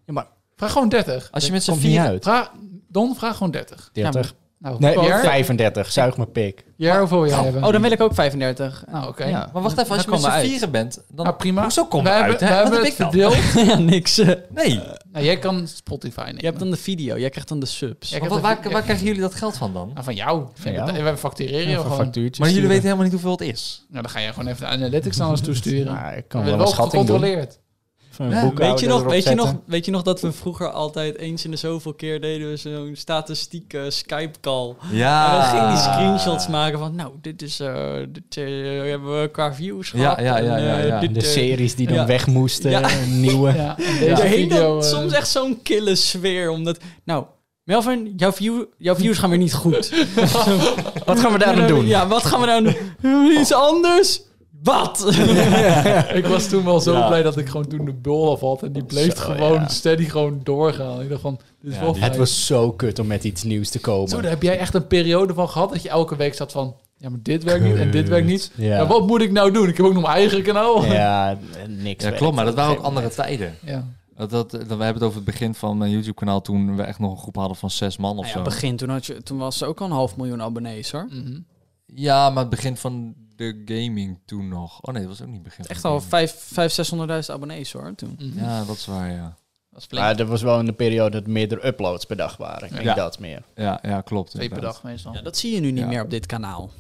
Speaker 5: Ja, maar
Speaker 4: Vraag gewoon 30.
Speaker 2: Als je met z'n
Speaker 5: komt niet
Speaker 2: vier...
Speaker 5: uit.
Speaker 4: Vraag, Don, vraag gewoon 30.
Speaker 5: 30.
Speaker 4: Nou,
Speaker 5: nee,
Speaker 4: Pierre,
Speaker 5: 35. Zuig mijn pik.
Speaker 4: Pierre, hoeveel wil jij hebben?
Speaker 3: Oh, dan wil ik ook 35.
Speaker 4: Nou, oké.
Speaker 5: Ja.
Speaker 2: Maar wacht even, als je met
Speaker 3: Dan komen
Speaker 2: z'n
Speaker 3: we uit.
Speaker 2: vieren bent, dan...
Speaker 4: Nou, prima.
Speaker 2: Hoezo kom
Speaker 4: we
Speaker 2: je uit,
Speaker 4: hebben,
Speaker 2: hè?
Speaker 4: we
Speaker 2: Wat
Speaker 4: hebben
Speaker 2: heb
Speaker 4: het
Speaker 2: ik dan?
Speaker 4: verdeeld.
Speaker 3: ja, niks. eh.
Speaker 2: Nee,
Speaker 4: nou, jij kan Spotify nemen.
Speaker 3: Je hebt dan de video. Jij krijgt dan de subs.
Speaker 4: Jij
Speaker 2: maar
Speaker 4: krijgt
Speaker 2: wat,
Speaker 4: de-
Speaker 2: waar, waar krijgen jullie dat geld van dan?
Speaker 4: Nou, van jou.
Speaker 5: Van
Speaker 4: Ik
Speaker 5: jou.
Speaker 4: betaal- We factureren je
Speaker 5: Even
Speaker 4: gewoon.
Speaker 5: factuurtjes
Speaker 2: Maar jullie
Speaker 5: sturen.
Speaker 2: weten helemaal niet hoeveel het is.
Speaker 4: Nou, dan ga je gewoon even de analytics naar ons toesturen.
Speaker 5: Ja, ik
Speaker 4: we
Speaker 5: kan wel
Speaker 4: hebben
Speaker 5: een
Speaker 4: wel
Speaker 5: schatting doen.
Speaker 4: gecontroleerd.
Speaker 5: Even een
Speaker 2: Ja,
Speaker 5: boekhouder
Speaker 3: Weet je, nog,
Speaker 5: erop
Speaker 3: weet, je
Speaker 5: zetten.
Speaker 3: nog, weet je nog dat we vroeger altijd eens in de zoveel keer deden we zo'n statistieke Skype call.
Speaker 2: Ja.
Speaker 3: En dan ging die screenshots maken van, nou, dit is, eh, dit eh, hebben we qua views
Speaker 2: Ja,
Speaker 3: gehad.
Speaker 2: ja, ja,
Speaker 3: en, eh,
Speaker 2: ja, ja.
Speaker 3: dit,
Speaker 5: De
Speaker 3: eh,
Speaker 5: series die dan
Speaker 3: Ja.
Speaker 5: weg moesten.
Speaker 3: Ja.
Speaker 5: en Nieuwe.
Speaker 4: Ja, en deze
Speaker 3: Er hing
Speaker 4: video...
Speaker 3: dan
Speaker 4: eh,
Speaker 3: soms echt zo'n kille sfeer, omdat, nou, Melvin, jouw, view, jouw views gaan weer niet goed.
Speaker 5: Wat gaan we daar aan doen?
Speaker 3: Ja, wat gaan we nou doen? Iets anders? Wat?
Speaker 4: Ik was toen wel zo
Speaker 2: Ja.
Speaker 4: blij dat ik gewoon toen de bol af had. En die bleef
Speaker 5: Zo,
Speaker 4: gewoon
Speaker 5: ja.
Speaker 4: steady gewoon doorgaan. Ik dacht van, dit is
Speaker 2: Ja,
Speaker 4: wel
Speaker 2: die-
Speaker 4: fijn.
Speaker 5: Het was zo kut om met iets nieuws te komen.
Speaker 4: Zo, daar heb jij echt een periode van gehad dat je elke week zat van... Ja, maar dit werkt niet en dit werkt niet.
Speaker 5: Ja.
Speaker 4: Ja, wat moet ik nou doen? Ik heb ook nog mijn eigen kanaal.
Speaker 5: Ja, eh, niks.
Speaker 2: Ja,
Speaker 5: werkt.
Speaker 2: klopt, maar dat waren ook andere tijden.
Speaker 4: Ja.
Speaker 2: Dat, dat, dat- we hebben het over het begin van mijn YouTube-kanaal toen we echt nog een groep hadden van zes man of
Speaker 3: Nou
Speaker 2: zo.
Speaker 3: ja, begin, toen, had je, toen was ze ook al een half miljoen abonnees hoor.
Speaker 4: Mhm.
Speaker 2: Ja, maar het begin van de gaming toen nog. Oh nee, dat was ook niet het begin. van
Speaker 3: Echt
Speaker 2: de
Speaker 3: al
Speaker 2: gaming.
Speaker 3: 5, 600.000 abonnees hoor, toen.
Speaker 4: Mhm.
Speaker 2: Ja, dat is waar, ja.
Speaker 4: Dat is flink.
Speaker 5: Maar dat was wel in de periode dat meerdere uploads per dag waren. Ik denk
Speaker 2: Ja.
Speaker 5: dat meer.
Speaker 2: Ja, ja klopt.
Speaker 4: Twee per
Speaker 2: inderdaad.
Speaker 4: dag meestal.
Speaker 3: Ja, dat zie je nu niet
Speaker 2: Ja.
Speaker 3: meer op dit kanaal.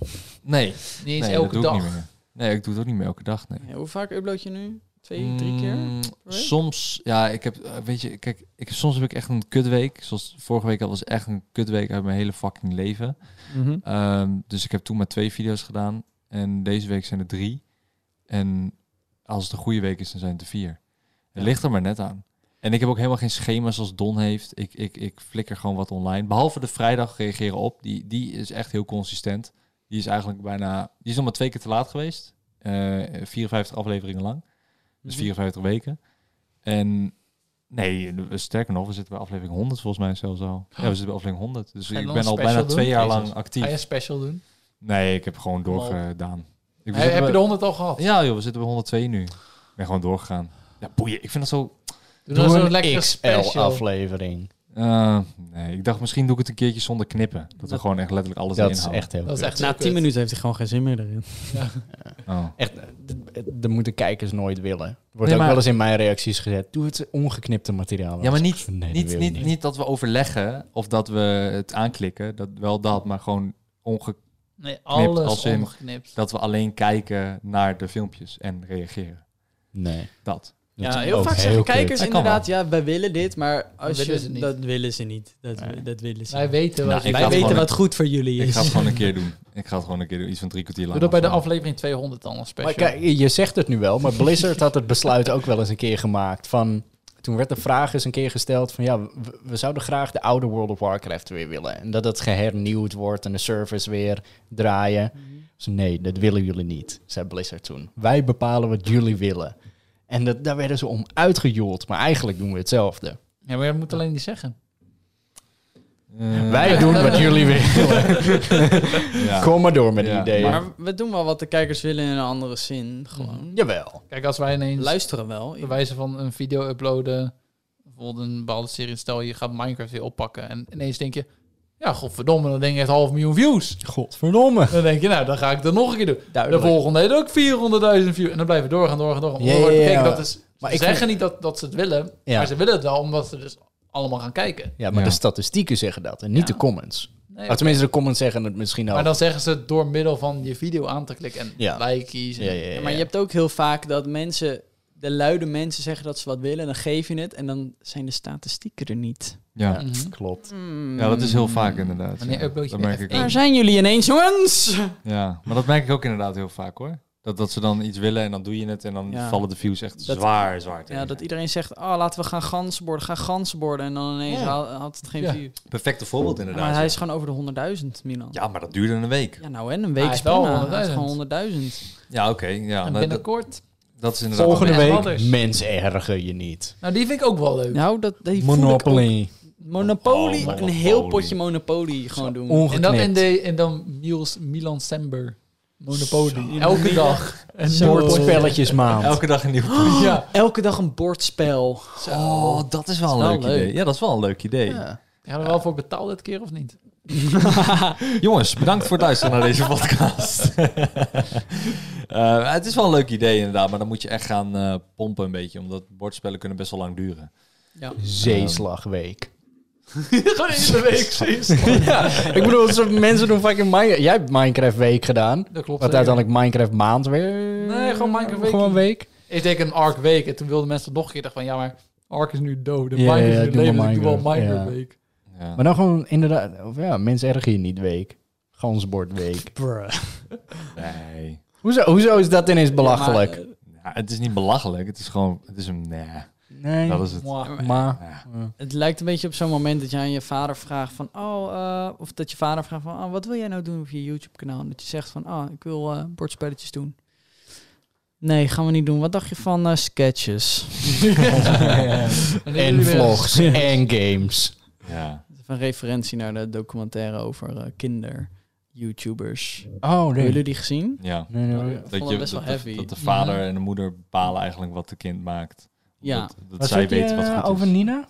Speaker 2: Nee,
Speaker 4: niet eens
Speaker 2: nee dat
Speaker 4: elke
Speaker 2: doe ik
Speaker 4: dag.
Speaker 2: niet meer. Nee, ik doe het ook niet meer elke dag, nee.
Speaker 3: Ja, hoe vaak upload je nu? Twee, drie keer?
Speaker 2: Mm,
Speaker 3: week?
Speaker 2: soms, ja, ik heb, eh, weet je, kijk, ik, soms heb ik echt een kutweek. Zoals vorige week, dat was echt een kutweek uit mijn hele fucking leven. Ehm, dus ik heb toen maar twee video's gedaan. En deze week zijn er drie. En als het een goede week is, dan zijn het er vier. Het ligt er maar net aan. En ik heb ook helemaal geen schema zoals Don heeft. Ik, ik, ik flikker gewoon wat online. Behalve de vrijdag reageren op. Die, die is echt heel consistent. Die is eigenlijk bijna... Die is nog maar twee keer te laat geweest. Eh, 54 afleveringen lang. Dus
Speaker 3: Mhm.
Speaker 2: 54 weken. En... Nee, sterker nog, we zitten bij aflevering 100 volgens mij zelfs al. Ja, we zitten bij aflevering 100. Dus
Speaker 4: je
Speaker 2: ik
Speaker 4: dan
Speaker 2: ben
Speaker 4: een
Speaker 2: al bijna
Speaker 4: special doen?
Speaker 2: twee jaar
Speaker 4: Jezus.
Speaker 2: lang actief.
Speaker 4: Ga je een special doen?
Speaker 2: Nee, ik heb gewoon doorgedaan. Ik we
Speaker 4: Hey,
Speaker 2: zitten
Speaker 4: heb je de
Speaker 2: bij-
Speaker 4: 100 al gehad?
Speaker 2: Ja joh, we zitten bij 102 nu. Ik ben gewoon doorgegaan. Ja, boeien. Ik vind dat zo...
Speaker 4: Doe
Speaker 5: Doe
Speaker 4: dan zo'n
Speaker 5: een
Speaker 4: lekkere special.
Speaker 5: XL-aflevering.
Speaker 2: Eh, nee, ik dacht misschien doe ik het een keertje zonder knippen. Dat we
Speaker 8: Dat-
Speaker 2: gewoon echt letterlijk alles
Speaker 5: Dat
Speaker 2: erin
Speaker 5: is
Speaker 2: houden.
Speaker 5: echt heel
Speaker 4: Dat is
Speaker 5: kut.
Speaker 4: echt
Speaker 8: Na
Speaker 4: zo
Speaker 8: tien
Speaker 4: kut.
Speaker 8: minuten heeft hij gewoon geen zin meer erin.
Speaker 2: Oh.
Speaker 5: Echt, eh, d- d- dat moeten kijkers nooit willen. Er wordt
Speaker 2: Nee,
Speaker 5: ook
Speaker 2: maar-
Speaker 5: wel eens in mijn reacties gezet. Doe het ongeknipte materiaal.
Speaker 2: Ja, maar
Speaker 5: Dat is
Speaker 2: niet,
Speaker 5: echt- nee, dat
Speaker 2: niet,
Speaker 5: wil
Speaker 2: niet,
Speaker 5: ik
Speaker 2: niet dat we overleggen of dat we het aanklikken. Dat, wel dat, maar gewoon onge
Speaker 3: Nee,
Speaker 2: als
Speaker 3: alles
Speaker 2: in-
Speaker 3: omgeknipt.
Speaker 2: dat we alleen kijken naar de filmpjes en reageren.
Speaker 5: Nee.
Speaker 2: Dat.
Speaker 5: Dat
Speaker 8: ja,
Speaker 5: is
Speaker 8: heel
Speaker 5: ook
Speaker 8: vaak
Speaker 5: heel
Speaker 8: zeggen
Speaker 5: kut.
Speaker 8: kijkers
Speaker 2: Dat kan
Speaker 8: inderdaad, ja, wij willen dit, maar als
Speaker 4: willen
Speaker 8: je,
Speaker 4: ze niet.
Speaker 8: dat willen ze niet. Dat,
Speaker 5: Nee.
Speaker 8: dat willen ze
Speaker 4: Wij
Speaker 8: niet.
Speaker 4: weten
Speaker 2: Nou,
Speaker 4: wel.
Speaker 2: ik
Speaker 8: Wij
Speaker 2: ga het
Speaker 8: weten
Speaker 2: gewoon-
Speaker 8: wat goed voor jullie
Speaker 2: Ik
Speaker 8: is.
Speaker 2: ga het gewoon een keer doen. Ik ga het gewoon een keer doen. Iets van drie kwartier lang.
Speaker 4: Doe dat bij de
Speaker 2: of zo.
Speaker 4: aflevering 200 dan als special.
Speaker 5: Maar kijk, je zegt het nu wel, maar Blizzard had het besluit ook wel eens een keer gemaakt. Van, toen werd de vraag eens een keer gesteld van ja, we, we zouden graag de oude World of Warcraft weer willen. En dat het gehernieuwd wordt en de servers weer draaien. Dus nee, dat willen jullie niet, zei Blizzard toen. Wij bepalen wat jullie willen. En dat, daar werden ze om uitgejoeld, maar eigenlijk doen we hetzelfde.
Speaker 4: Ja, maar je moet alleen niet zeggen.
Speaker 2: Eh,
Speaker 5: Wij doen wat jullie willen.
Speaker 2: ja.
Speaker 5: Kom maar door met die
Speaker 2: Ja,
Speaker 5: ideeën.
Speaker 2: maar-
Speaker 3: Maar we doen wel wat de kijkers willen in een andere zin.
Speaker 5: Mm.
Speaker 3: Gewoon.
Speaker 5: Jawel.
Speaker 4: Kijk, als wij ineens
Speaker 3: Luisteren wel.
Speaker 4: bij wijze van een video uploaden, bijvoorbeeld een bepaalde serie, stel je gaat Minecraft weer oppakken en ineens denk je, ja, godverdomme, dat ding heeft half miljoen views.
Speaker 5: Godverdomme.
Speaker 4: Dan denk je, nou, dan ga ik dat nog een keer doen. De
Speaker 5: Duidelijk.
Speaker 4: volgende heeft ook 400.000 views. En dan blijven we doorgaan, doorgaan, doorgaan.
Speaker 5: Ja,
Speaker 4: Omdat wordt
Speaker 5: ja, ja,
Speaker 4: bekeken,
Speaker 5: maar-
Speaker 4: dat is,
Speaker 5: maar
Speaker 4: ze
Speaker 5: ik
Speaker 4: zeggen niet dat, dat ze het willen,
Speaker 5: Ja. Nou.
Speaker 4: maar ze willen het wel omdat ze dus allemaal gaan kijken.
Speaker 5: Ja, maar
Speaker 2: Ja.
Speaker 5: de statistieken zeggen dat en niet de comments.
Speaker 4: Nee,
Speaker 5: Maar tenminste, de comments zeggen het misschien al.
Speaker 4: maar dan zeggen ze het door middel van je video aan te klikken en
Speaker 5: Ja.
Speaker 4: likeys. En,
Speaker 5: ja, ja, ja,
Speaker 3: Ja, maar je hebt ook heel vaak dat mensen, de luide mensen zeggen dat ze wat willen, dan geef je het en dan zijn de statistieken er niet.
Speaker 2: Ja.
Speaker 4: Mhm.
Speaker 5: Klopt.
Speaker 3: Mm.
Speaker 2: ja, dat is heel vaak inderdaad.
Speaker 4: Wanneer
Speaker 2: ja.
Speaker 4: upload je
Speaker 2: Dat merk
Speaker 4: F1?
Speaker 2: ik ook.
Speaker 3: Daar zijn jullie ineens, jongens!
Speaker 2: Ja, maar dat merk ik ook inderdaad heel vaak hoor. Dat, dat ze dan iets willen en dan doe je het en dan
Speaker 3: Ja.
Speaker 2: vallen de views echt
Speaker 3: Dat-
Speaker 2: zwaar, zwaar tegen.
Speaker 3: Ja, dat iedereen zegt, oh, laten we gaan ganzenborden, gaan ganzenborden. En dan ineens
Speaker 5: Ja.
Speaker 3: haal- had het geen
Speaker 4: Ja.
Speaker 3: view.
Speaker 2: Perfecte voorbeeld
Speaker 3: Ja,
Speaker 2: inderdaad.
Speaker 3: maar
Speaker 2: ja.
Speaker 3: hij is gewoon over de 100.000, Milan. Ja.
Speaker 2: Ja, maar dat duurde een week.
Speaker 3: nou en, een week
Speaker 4: Hij
Speaker 3: is
Speaker 4: is wel
Speaker 3: prima. Hij is
Speaker 4: 100.000.
Speaker 3: gewoon 100.000.
Speaker 2: Ja, oké. Ja,
Speaker 4: En
Speaker 2: dat- dat,
Speaker 4: binnenkort.
Speaker 2: dat is inderdaad...
Speaker 5: Volgende
Speaker 4: wel
Speaker 5: week,
Speaker 4: weer anders.
Speaker 5: mensen erger je niet.
Speaker 4: Nou, die vind ik ook wel leuk.
Speaker 3: Nou, dat die voel ik ook.
Speaker 5: Monopoly.
Speaker 3: Monopoly,
Speaker 2: Oh,
Speaker 3: een
Speaker 2: Monopoly.
Speaker 3: heel potje Monopoly gewoon doen.
Speaker 4: En dan, in
Speaker 5: Ongeknipt.
Speaker 4: de, en dan Miels, Milan Sember. Monopoly. Elke dag. En
Speaker 3: Zo.
Speaker 5: Bordspelletjesmaand.
Speaker 2: Elke dag een nieuw
Speaker 4: Ja.
Speaker 3: Elke dag een bordspel.
Speaker 2: Oh, dat is wel een
Speaker 3: wel
Speaker 2: leuk,
Speaker 3: leuk.
Speaker 2: idee. Ja, dat is wel een leuk idee.
Speaker 5: Ja.
Speaker 4: Gaan we wel voor betaald dit keer of niet?
Speaker 2: Jongens, bedankt voor het luisteren naar deze podcast. Eh, het is wel een leuk idee inderdaad, maar dan moet je echt gaan eh, pompen een beetje. Omdat bordspellen kunnen best wel lang duren.
Speaker 5: Zeeslagweek.
Speaker 4: Gewoon in de week. precies.
Speaker 5: ja, ik bedoel, soort mensen doen fucking Minecraft. Jij hebt Minecraft week gedaan.
Speaker 4: Dat klopt.
Speaker 5: Wat
Speaker 4: zeker.
Speaker 5: uiteindelijk Minecraft maand weer. Nee,
Speaker 4: gewoon Minecraft week.
Speaker 5: Gewoon week.
Speaker 4: Ik deed een Ark week en toen wilden mensen nog een keer dachten van ja, maar Ark is nu dood. En
Speaker 5: Ja,
Speaker 4: Minecraft
Speaker 5: ja,
Speaker 4: is
Speaker 5: doe
Speaker 4: nu leven.
Speaker 5: maar
Speaker 4: dus ik doe wel
Speaker 5: Minecraft,
Speaker 4: Minecraft
Speaker 5: ja.
Speaker 4: week.
Speaker 2: Ja.
Speaker 5: Maar dan gewoon inderdaad, of ja, mensen erger je niet week. Gansbordweek.
Speaker 2: Nee.
Speaker 5: Hoezo, hoezo is dat ineens belachelijk?
Speaker 3: Ja, maar, eh,
Speaker 2: Ja, het is niet belachelijk, het is gewoon... Het is een... Nee,
Speaker 5: nee,
Speaker 2: dat is het.
Speaker 5: maar...
Speaker 2: Ja.
Speaker 3: Het lijkt een beetje op zo'n moment dat jij aan je vader vraagt van, oh, eh, of dat je vader vraagt van, oh, wat wil jij nou doen op je YouTube-kanaal? En Dat je zegt van, oh, ik wil eh, bordspelletjes doen. Nee, gaan we niet doen. Wat dacht je van eh, sketches?
Speaker 5: En vlogs. En games.
Speaker 2: Ja.
Speaker 3: Dat is Een referentie naar de documentaire over eh, kinder-YouTubers. Hebben
Speaker 5: Oh,
Speaker 3: jullie die gezien?
Speaker 2: ja.
Speaker 5: Nee, nee, nee.
Speaker 3: Ik vond
Speaker 2: Dat,
Speaker 3: dat
Speaker 2: je,
Speaker 3: best wel
Speaker 2: dat, dat-
Speaker 3: heavy.
Speaker 2: dat de vader en de moeder bepalen eigenlijk wat de kind maakt.
Speaker 3: Ja.
Speaker 2: Dat, dat zij
Speaker 5: weet
Speaker 2: weten wat goed
Speaker 5: eh, over
Speaker 2: is.
Speaker 5: Nina?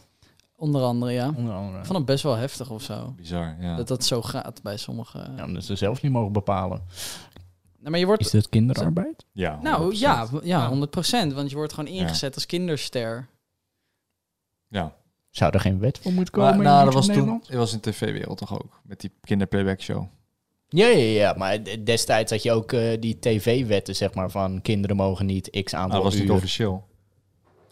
Speaker 3: Onder andere, ja. Ik
Speaker 5: Onder andere.
Speaker 3: vond het best wel heftig of zo.
Speaker 2: Bizar, ja.
Speaker 3: Dat dat zo gaat bij sommige...
Speaker 5: Ja, omdat ze zelf niet mogen bepalen.
Speaker 3: Nou, maar je wordt...
Speaker 5: Is dit kinderarbeid?
Speaker 2: ja
Speaker 3: Nou
Speaker 2: 100%.
Speaker 3: ja, w- ja, 100%. Want je wordt gewoon
Speaker 2: Ja.
Speaker 3: ingezet als kinderster.
Speaker 2: ja.
Speaker 5: Zou er geen wet voor moeten komen
Speaker 2: Maar, nou, dat was
Speaker 5: in
Speaker 2: toen,
Speaker 5: Nederland?
Speaker 2: het was in de tv-wereld toch ook? Met die kinderplayback show.
Speaker 5: Ja, ja, ja. Maar d- destijds had je ook eh, die tv-wetten, zeg maar, van kinderen mogen niet x
Speaker 2: Nou,
Speaker 5: aantal
Speaker 2: dat was niet
Speaker 5: uur.
Speaker 2: officieel.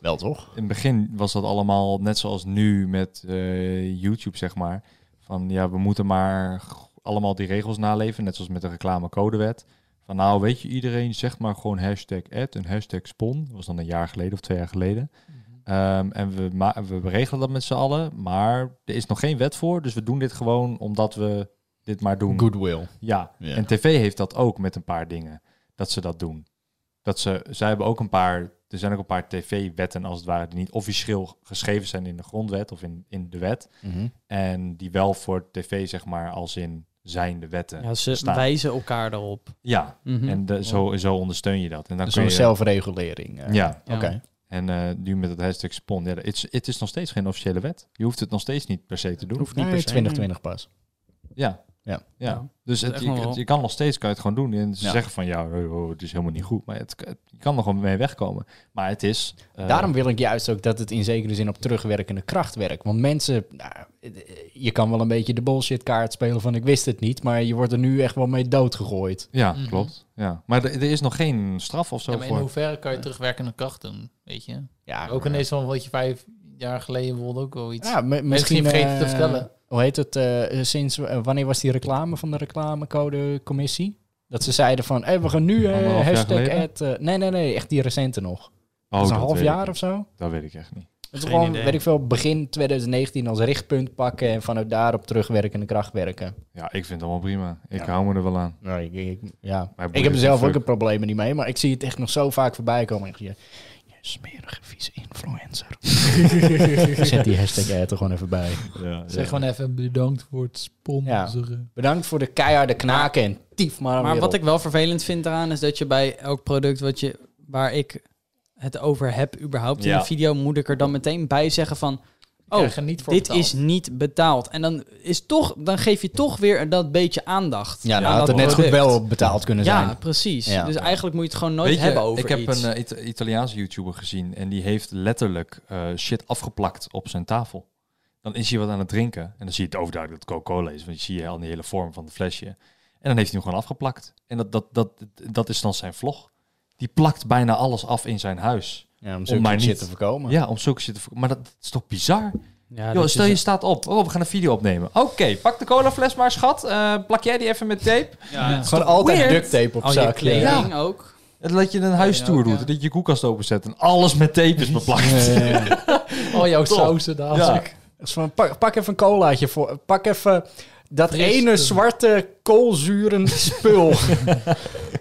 Speaker 5: Wel, toch?
Speaker 2: In het begin was dat allemaal net zoals nu met eh, YouTube, zeg maar. Van ja, we moeten maar g- allemaal die regels naleven. Net zoals met de reclamecodewet. Van nou, weet je, iedereen zegt maar gewoon hashtag ad en hashtag spon. Dat was dan een jaar geleden of twee jaar geleden. Ehm, en we, ma- we regelen dat met z'n allen. Maar er is nog geen wet voor. Dus we doen dit gewoon omdat we dit maar doen.
Speaker 5: Goodwill.
Speaker 2: Ja,
Speaker 5: Ja.
Speaker 2: en tv heeft dat ook met een paar dingen. Dat ze dat doen. Dat ze, zij hebben ook een paar, er zijn ook een paar tv-wetten als het ware, die niet officieel geschreven zijn in de grondwet of in, in de wet.
Speaker 5: Mhm.
Speaker 2: En die wel voor tv, zeg maar, als in zijn de wetten. Ja,
Speaker 3: Ja, Hm. ze
Speaker 2: staan.
Speaker 3: wijzen elkaar erop. Mhm.
Speaker 2: en de- zo, zo ondersteun je dat. En dan
Speaker 5: Dus
Speaker 2: kun
Speaker 5: Zo'n
Speaker 2: je,
Speaker 5: zelfregulering. eh.
Speaker 2: Ja,
Speaker 5: Oké.
Speaker 3: Ja.
Speaker 2: En eh, nu met het hashtag Spon, ja, het is- het is nog steeds geen officiële wet. Je hoeft het nog steeds niet per se te doen.
Speaker 5: Hoeft niet per se. 2020 pas.
Speaker 2: Ja.
Speaker 5: Ja.
Speaker 2: ja. Dus het,
Speaker 3: echt
Speaker 2: je,
Speaker 3: nog wel.
Speaker 2: het- je kan nog steeds kan je het gewoon doen. En ze
Speaker 5: Ja.
Speaker 2: zeggen van ja, oh, oh, het is helemaal niet goed. Maar het, het- je kan er gewoon mee wegkomen. Maar het is. eh,
Speaker 5: Daarom wil ik juist ook dat het in zekere zin op terugwerkende kracht werkt. Want mensen, nou, je kan wel een beetje de bullshitkaart spelen van ik wist het niet, maar je wordt er nu echt wel mee doodgegooid.
Speaker 2: Ja,
Speaker 9: Mhm.
Speaker 2: klopt. Ja. Maar er, er is nog geen straf of zo
Speaker 9: Ja, maar in
Speaker 2: voor.
Speaker 9: hoeverre kan je terugwerkende kracht doen, weet je?
Speaker 5: Ja,
Speaker 9: Ook ineens van wat je vijf jaar geleden wilde ook wel iets.
Speaker 5: Ja, m-
Speaker 9: misschien
Speaker 5: misschien
Speaker 9: vergeten
Speaker 5: eh,
Speaker 9: te vertellen.
Speaker 5: Hoe heet het? eh, sinds eh, wanneer was die reclame van de reclamecodecommissie? Dat ze zeiden van, hey, we gaan nu eh,
Speaker 2: Anderhalf jaar
Speaker 5: hashtag
Speaker 2: geleden?
Speaker 5: ad... eh, nee, nee, nee, echt die recente nog.
Speaker 2: Oh,
Speaker 5: dat is een
Speaker 2: dat
Speaker 5: half
Speaker 2: weet ik
Speaker 5: jaar
Speaker 2: niet.
Speaker 5: of zo.
Speaker 2: Dat weet ik echt niet.
Speaker 5: Het is
Speaker 9: Geen
Speaker 5: gewoon,
Speaker 9: idee.
Speaker 5: weet ik veel, begin 2019 als richtpunt pakken en vanuit daarop terugwerkende kracht werken.
Speaker 2: Ja, ik vind het allemaal prima. Ik
Speaker 5: Ja.
Speaker 2: hou me er wel aan.
Speaker 5: Nou, ik, ik- ja.
Speaker 2: Maar
Speaker 5: ik heb er
Speaker 2: boeit
Speaker 5: zelf
Speaker 2: het
Speaker 5: ook een probleem niet mee, maar ik zie het echt nog zo vaak voorbij komen. Ik, je, je smerige, vieze influencer. Zet die hashtag ad er gewoon even bij.
Speaker 2: Ja,
Speaker 9: Zeg
Speaker 2: ja.
Speaker 9: gewoon even bedankt voor het sponsoren.
Speaker 5: Bedankt voor de keiharde knaken en tief maar aan
Speaker 3: Maar
Speaker 5: weer
Speaker 3: wat
Speaker 5: op.
Speaker 3: ik wel vervelend vind eraan is dat je bij elk product wat je, waar ik het over heb überhaupt in
Speaker 2: Ja.
Speaker 3: een video, moet ik er dan meteen bij zeggen van...
Speaker 9: Oh,
Speaker 3: Oh,
Speaker 9: er niet voor
Speaker 3: dit
Speaker 9: betaald.
Speaker 3: is niet betaald. En dan, is toch, dan geef je toch weer dat beetje aandacht.
Speaker 5: Ja,
Speaker 3: aan
Speaker 5: nou had
Speaker 3: dat
Speaker 5: het net goed
Speaker 3: product.
Speaker 5: wel betaald kunnen zijn.
Speaker 3: Ja, precies.
Speaker 5: Ja.
Speaker 3: Dus eigenlijk moet je het gewoon nooit
Speaker 2: Weet je,
Speaker 3: hebben over
Speaker 2: ik heb
Speaker 3: iets.
Speaker 2: een eh, Ita- Italiaanse YouTuber gezien en die heeft letterlijk eh, shit afgeplakt op zijn tafel. Dan is hij wat aan het drinken en dan zie je het overduidelijk dat het Coca-Cola is, want je ziet al die hele vorm van het flesje. En dan heeft hij hem gewoon afgeplakt. En dat, dat, dat, dat is dan zijn vlog. Die plakt bijna alles af in zijn huis.
Speaker 5: Ja, om
Speaker 2: zulke maar shit niet. te
Speaker 5: te voorkomen.
Speaker 2: Ja, om zulke shit te ver- Maar dat, dat is toch bizar?
Speaker 7: Ja,
Speaker 2: Yo,
Speaker 7: dat
Speaker 2: stel
Speaker 7: is-
Speaker 2: je staat op. Oh, we gaan een video opnemen. Oké, pak de colafles maar, schat. Eh, plak jij die even met tape.
Speaker 5: Gewoon altijd
Speaker 2: weird?
Speaker 5: duct tape op
Speaker 3: Al je
Speaker 5: zak.
Speaker 3: kleding
Speaker 5: ja.
Speaker 3: ook.
Speaker 2: En Dat je een huistoer
Speaker 9: ook,
Speaker 2: doet.
Speaker 9: ja.
Speaker 2: Dat je je koelkast openzet en alles met tape is beplakt.
Speaker 5: Oh,
Speaker 9: Al jouw
Speaker 2: Top.
Speaker 9: sausen daar.
Speaker 2: Ja.
Speaker 5: Dat is van, pak, pak even een colaatje voor. Pak even dat ene zwarte koolzuren spul.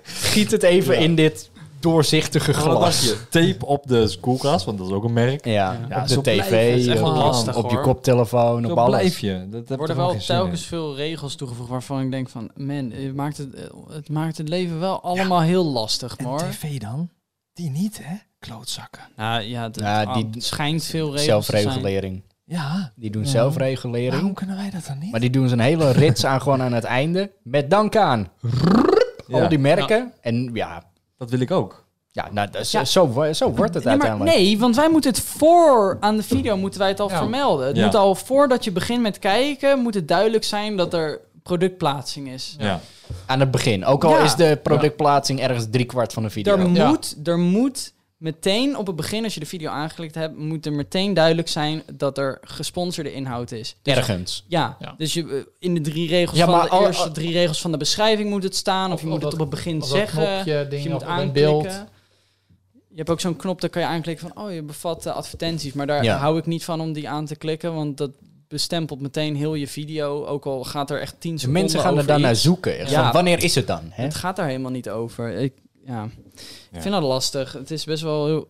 Speaker 5: Giet het even in dit doorzichtige
Speaker 2: Gewoon
Speaker 5: glas.
Speaker 2: dat je tape op de koelkast, want dat is ook een merk.
Speaker 5: Ja,
Speaker 2: Ja,
Speaker 5: op
Speaker 2: zo
Speaker 5: de
Speaker 3: blijft het
Speaker 5: tv,
Speaker 3: echt
Speaker 5: op,
Speaker 3: wel lastig,
Speaker 5: op je
Speaker 3: hoor.
Speaker 5: koptelefoon,
Speaker 2: Zo
Speaker 5: op alles.
Speaker 2: blijf je. Dat heb
Speaker 3: Er worden
Speaker 2: toch
Speaker 3: wel
Speaker 2: geen zin in.
Speaker 3: telkens veel regels toegevoegd waarvan ik denk van... Man, het maakt het, eh, het, maakt het leven wel allemaal heel lastig,
Speaker 2: En
Speaker 3: hoor.
Speaker 2: tv dan? Die niet, hè? Klootzakken.
Speaker 3: Nou ja, het
Speaker 5: Ja,
Speaker 3: ah,
Speaker 5: die-
Speaker 3: het schijnt veel regels te zijn.
Speaker 5: Zelfregulering.
Speaker 2: Ja,
Speaker 5: Die doen zelfregulering.
Speaker 3: Nou.
Speaker 2: waarom kunnen wij dat dan niet?
Speaker 5: Maar die doen ze een hele rits aan gewoon aan het einde. Met dank aan rrrr,
Speaker 2: Ja.
Speaker 5: al die merken. En ja,
Speaker 2: Dat wil ik ook.
Speaker 5: ja, nou, dat is-
Speaker 3: Ja.
Speaker 5: Zo, wo- zo wordt het
Speaker 3: Nee, maar
Speaker 5: uiteindelijk.
Speaker 3: nee, want wij moeten het voor aan de video moeten wij het al
Speaker 9: Ja.
Speaker 3: vermelden. Het
Speaker 2: Ja.
Speaker 3: moet al voordat je begint met kijken, moet het duidelijk zijn dat er productplaatsing is.
Speaker 2: Ja.
Speaker 5: Aan het begin. Ook al
Speaker 3: Ja.
Speaker 5: is de productplaatsing ergens driekwart van de video.
Speaker 3: Er,
Speaker 9: Ja.
Speaker 3: moet, er moet meteen op het begin, als je de video aangeklikt hebt, moet er meteen duidelijk zijn dat er gesponsorde inhoud is. Dus
Speaker 5: Ergens.
Speaker 3: Ja,
Speaker 9: Ja.
Speaker 3: dus je, eh, in de drie regels
Speaker 5: Ja,
Speaker 3: van
Speaker 5: maar
Speaker 3: de
Speaker 5: al-
Speaker 3: eerste drie regels van de beschrijving moet het staan. Of,
Speaker 9: Of-
Speaker 3: je
Speaker 9: of
Speaker 3: moet
Speaker 9: dat-
Speaker 3: het op het begin
Speaker 9: of dat
Speaker 3: zeggen.
Speaker 9: knopje
Speaker 3: of
Speaker 9: ding,
Speaker 3: je moet
Speaker 9: of een
Speaker 3: aanklikken.
Speaker 9: beeld.
Speaker 3: Je hebt ook zo'n knop, daar kan je aanklikken van... oh, je bevat eh, advertenties. Maar daar
Speaker 5: Ja.
Speaker 3: hou ik niet van om die aan te klikken... want dat bestempelt meteen heel je video. Ook al gaat er echt tien
Speaker 5: Dus
Speaker 3: seconden
Speaker 5: mensen gaan er
Speaker 3: over
Speaker 5: dan naar
Speaker 3: iets.
Speaker 5: zoeken. Echt
Speaker 3: Ja.
Speaker 5: van, wanneer is het dan? Hè?
Speaker 3: Het gaat daar helemaal niet over. Ik, ja.
Speaker 2: Ja.
Speaker 3: ik vind dat lastig. Het is best wel heel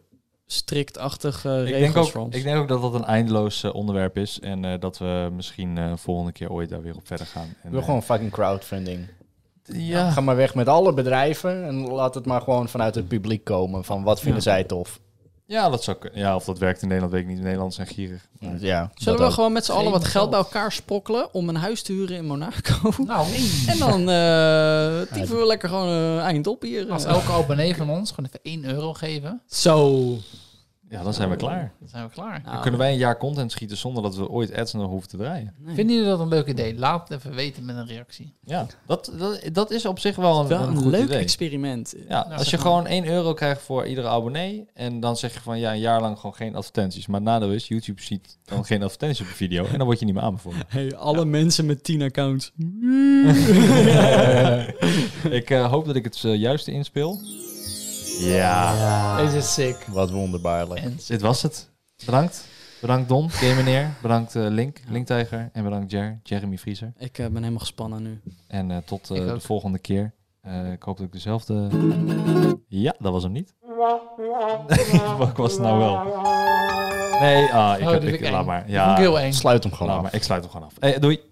Speaker 3: striktachtig eh
Speaker 2: Ik
Speaker 3: regels
Speaker 2: denk,
Speaker 3: voor
Speaker 2: ook,
Speaker 3: ons.
Speaker 2: ik denk ook dat dat een eindeloos eh, onderwerp is. En eh, dat we misschien eh, volgende keer ooit daar weer op verder gaan. En,
Speaker 5: We
Speaker 2: eh,
Speaker 5: gewoon fucking crowdfunding.
Speaker 2: ja.
Speaker 5: Ga maar weg met alle bedrijven en laat het maar gewoon vanuit het publiek komen. Van wat vinden zij tof?
Speaker 2: ja, dat zou kunnen. Ja, of dat werkt in Nederland, weet ik niet. Nederland zijn gierig.
Speaker 5: Ja, dat
Speaker 3: Zullen we
Speaker 5: ook.
Speaker 3: gewoon met z'n allen wat
Speaker 9: Geen
Speaker 3: geld bij
Speaker 9: geld.
Speaker 3: elkaar sprokkelen om een huis te huren in Monaco?
Speaker 9: Nou,
Speaker 3: En dan eh typen we lekker gewoon eh, eind op hier.
Speaker 9: als
Speaker 3: Eh,
Speaker 9: elke abonnee van ons gewoon even 1 euro geven,
Speaker 3: Zo.
Speaker 2: Ja, dan zijn we klaar.
Speaker 9: dan zijn we klaar.
Speaker 3: Nou,
Speaker 2: Dan kunnen wij een jaar content schieten zonder dat we ooit ads nog hoeven te draaien.
Speaker 9: Vinden jullie dat een leuk idee? Laat het even weten met een reactie.
Speaker 2: Ja, dat, dat, dat is op zich wel een,
Speaker 3: Wel
Speaker 2: een
Speaker 3: een,
Speaker 2: goed
Speaker 3: leuk
Speaker 2: idee.
Speaker 3: experiment.
Speaker 2: Ja,
Speaker 9: Nou,
Speaker 2: als je gewoon 1 euro krijgt voor iedere abonnee en dan zeg je van ja, een jaar lang gewoon geen advertenties. Maar het nadeel is, YouTube ziet dan geen advertenties op de video en dan word je niet meer aanbevolen.
Speaker 3: Hey, alle mensen met 10 accounts.
Speaker 2: ik eh, hoop dat ik het eh, juiste inspeel. Ja.
Speaker 9: Deze is sick.
Speaker 5: Wat wonderbaarlijk.
Speaker 9: En
Speaker 2: dit was het. Bedankt. Bedankt Don, Game meneer. Bedankt eh, Link, Linktijger. En bedankt Jer, Jeremy Vriezer.
Speaker 3: Ik eh, ben helemaal gespannen nu.
Speaker 2: En eh, tot eh,
Speaker 9: Ik
Speaker 2: de
Speaker 9: ook.
Speaker 2: volgende keer. Eh, ik hoop dat ik dezelfde... Ja, dat was hem niet. Wat was het nou wel? Nee, ah,
Speaker 9: Oh,
Speaker 2: ik heb...
Speaker 9: die Oh, vind
Speaker 2: Ik,
Speaker 9: ik eng.
Speaker 2: laat maar.
Speaker 9: vond ik
Speaker 2: Ja,
Speaker 9: heel eng.
Speaker 5: Sluit hem gewoon
Speaker 2: laat
Speaker 5: af.
Speaker 3: Nou,
Speaker 2: maar. Ik sluit hem gewoon af. Hey, doei.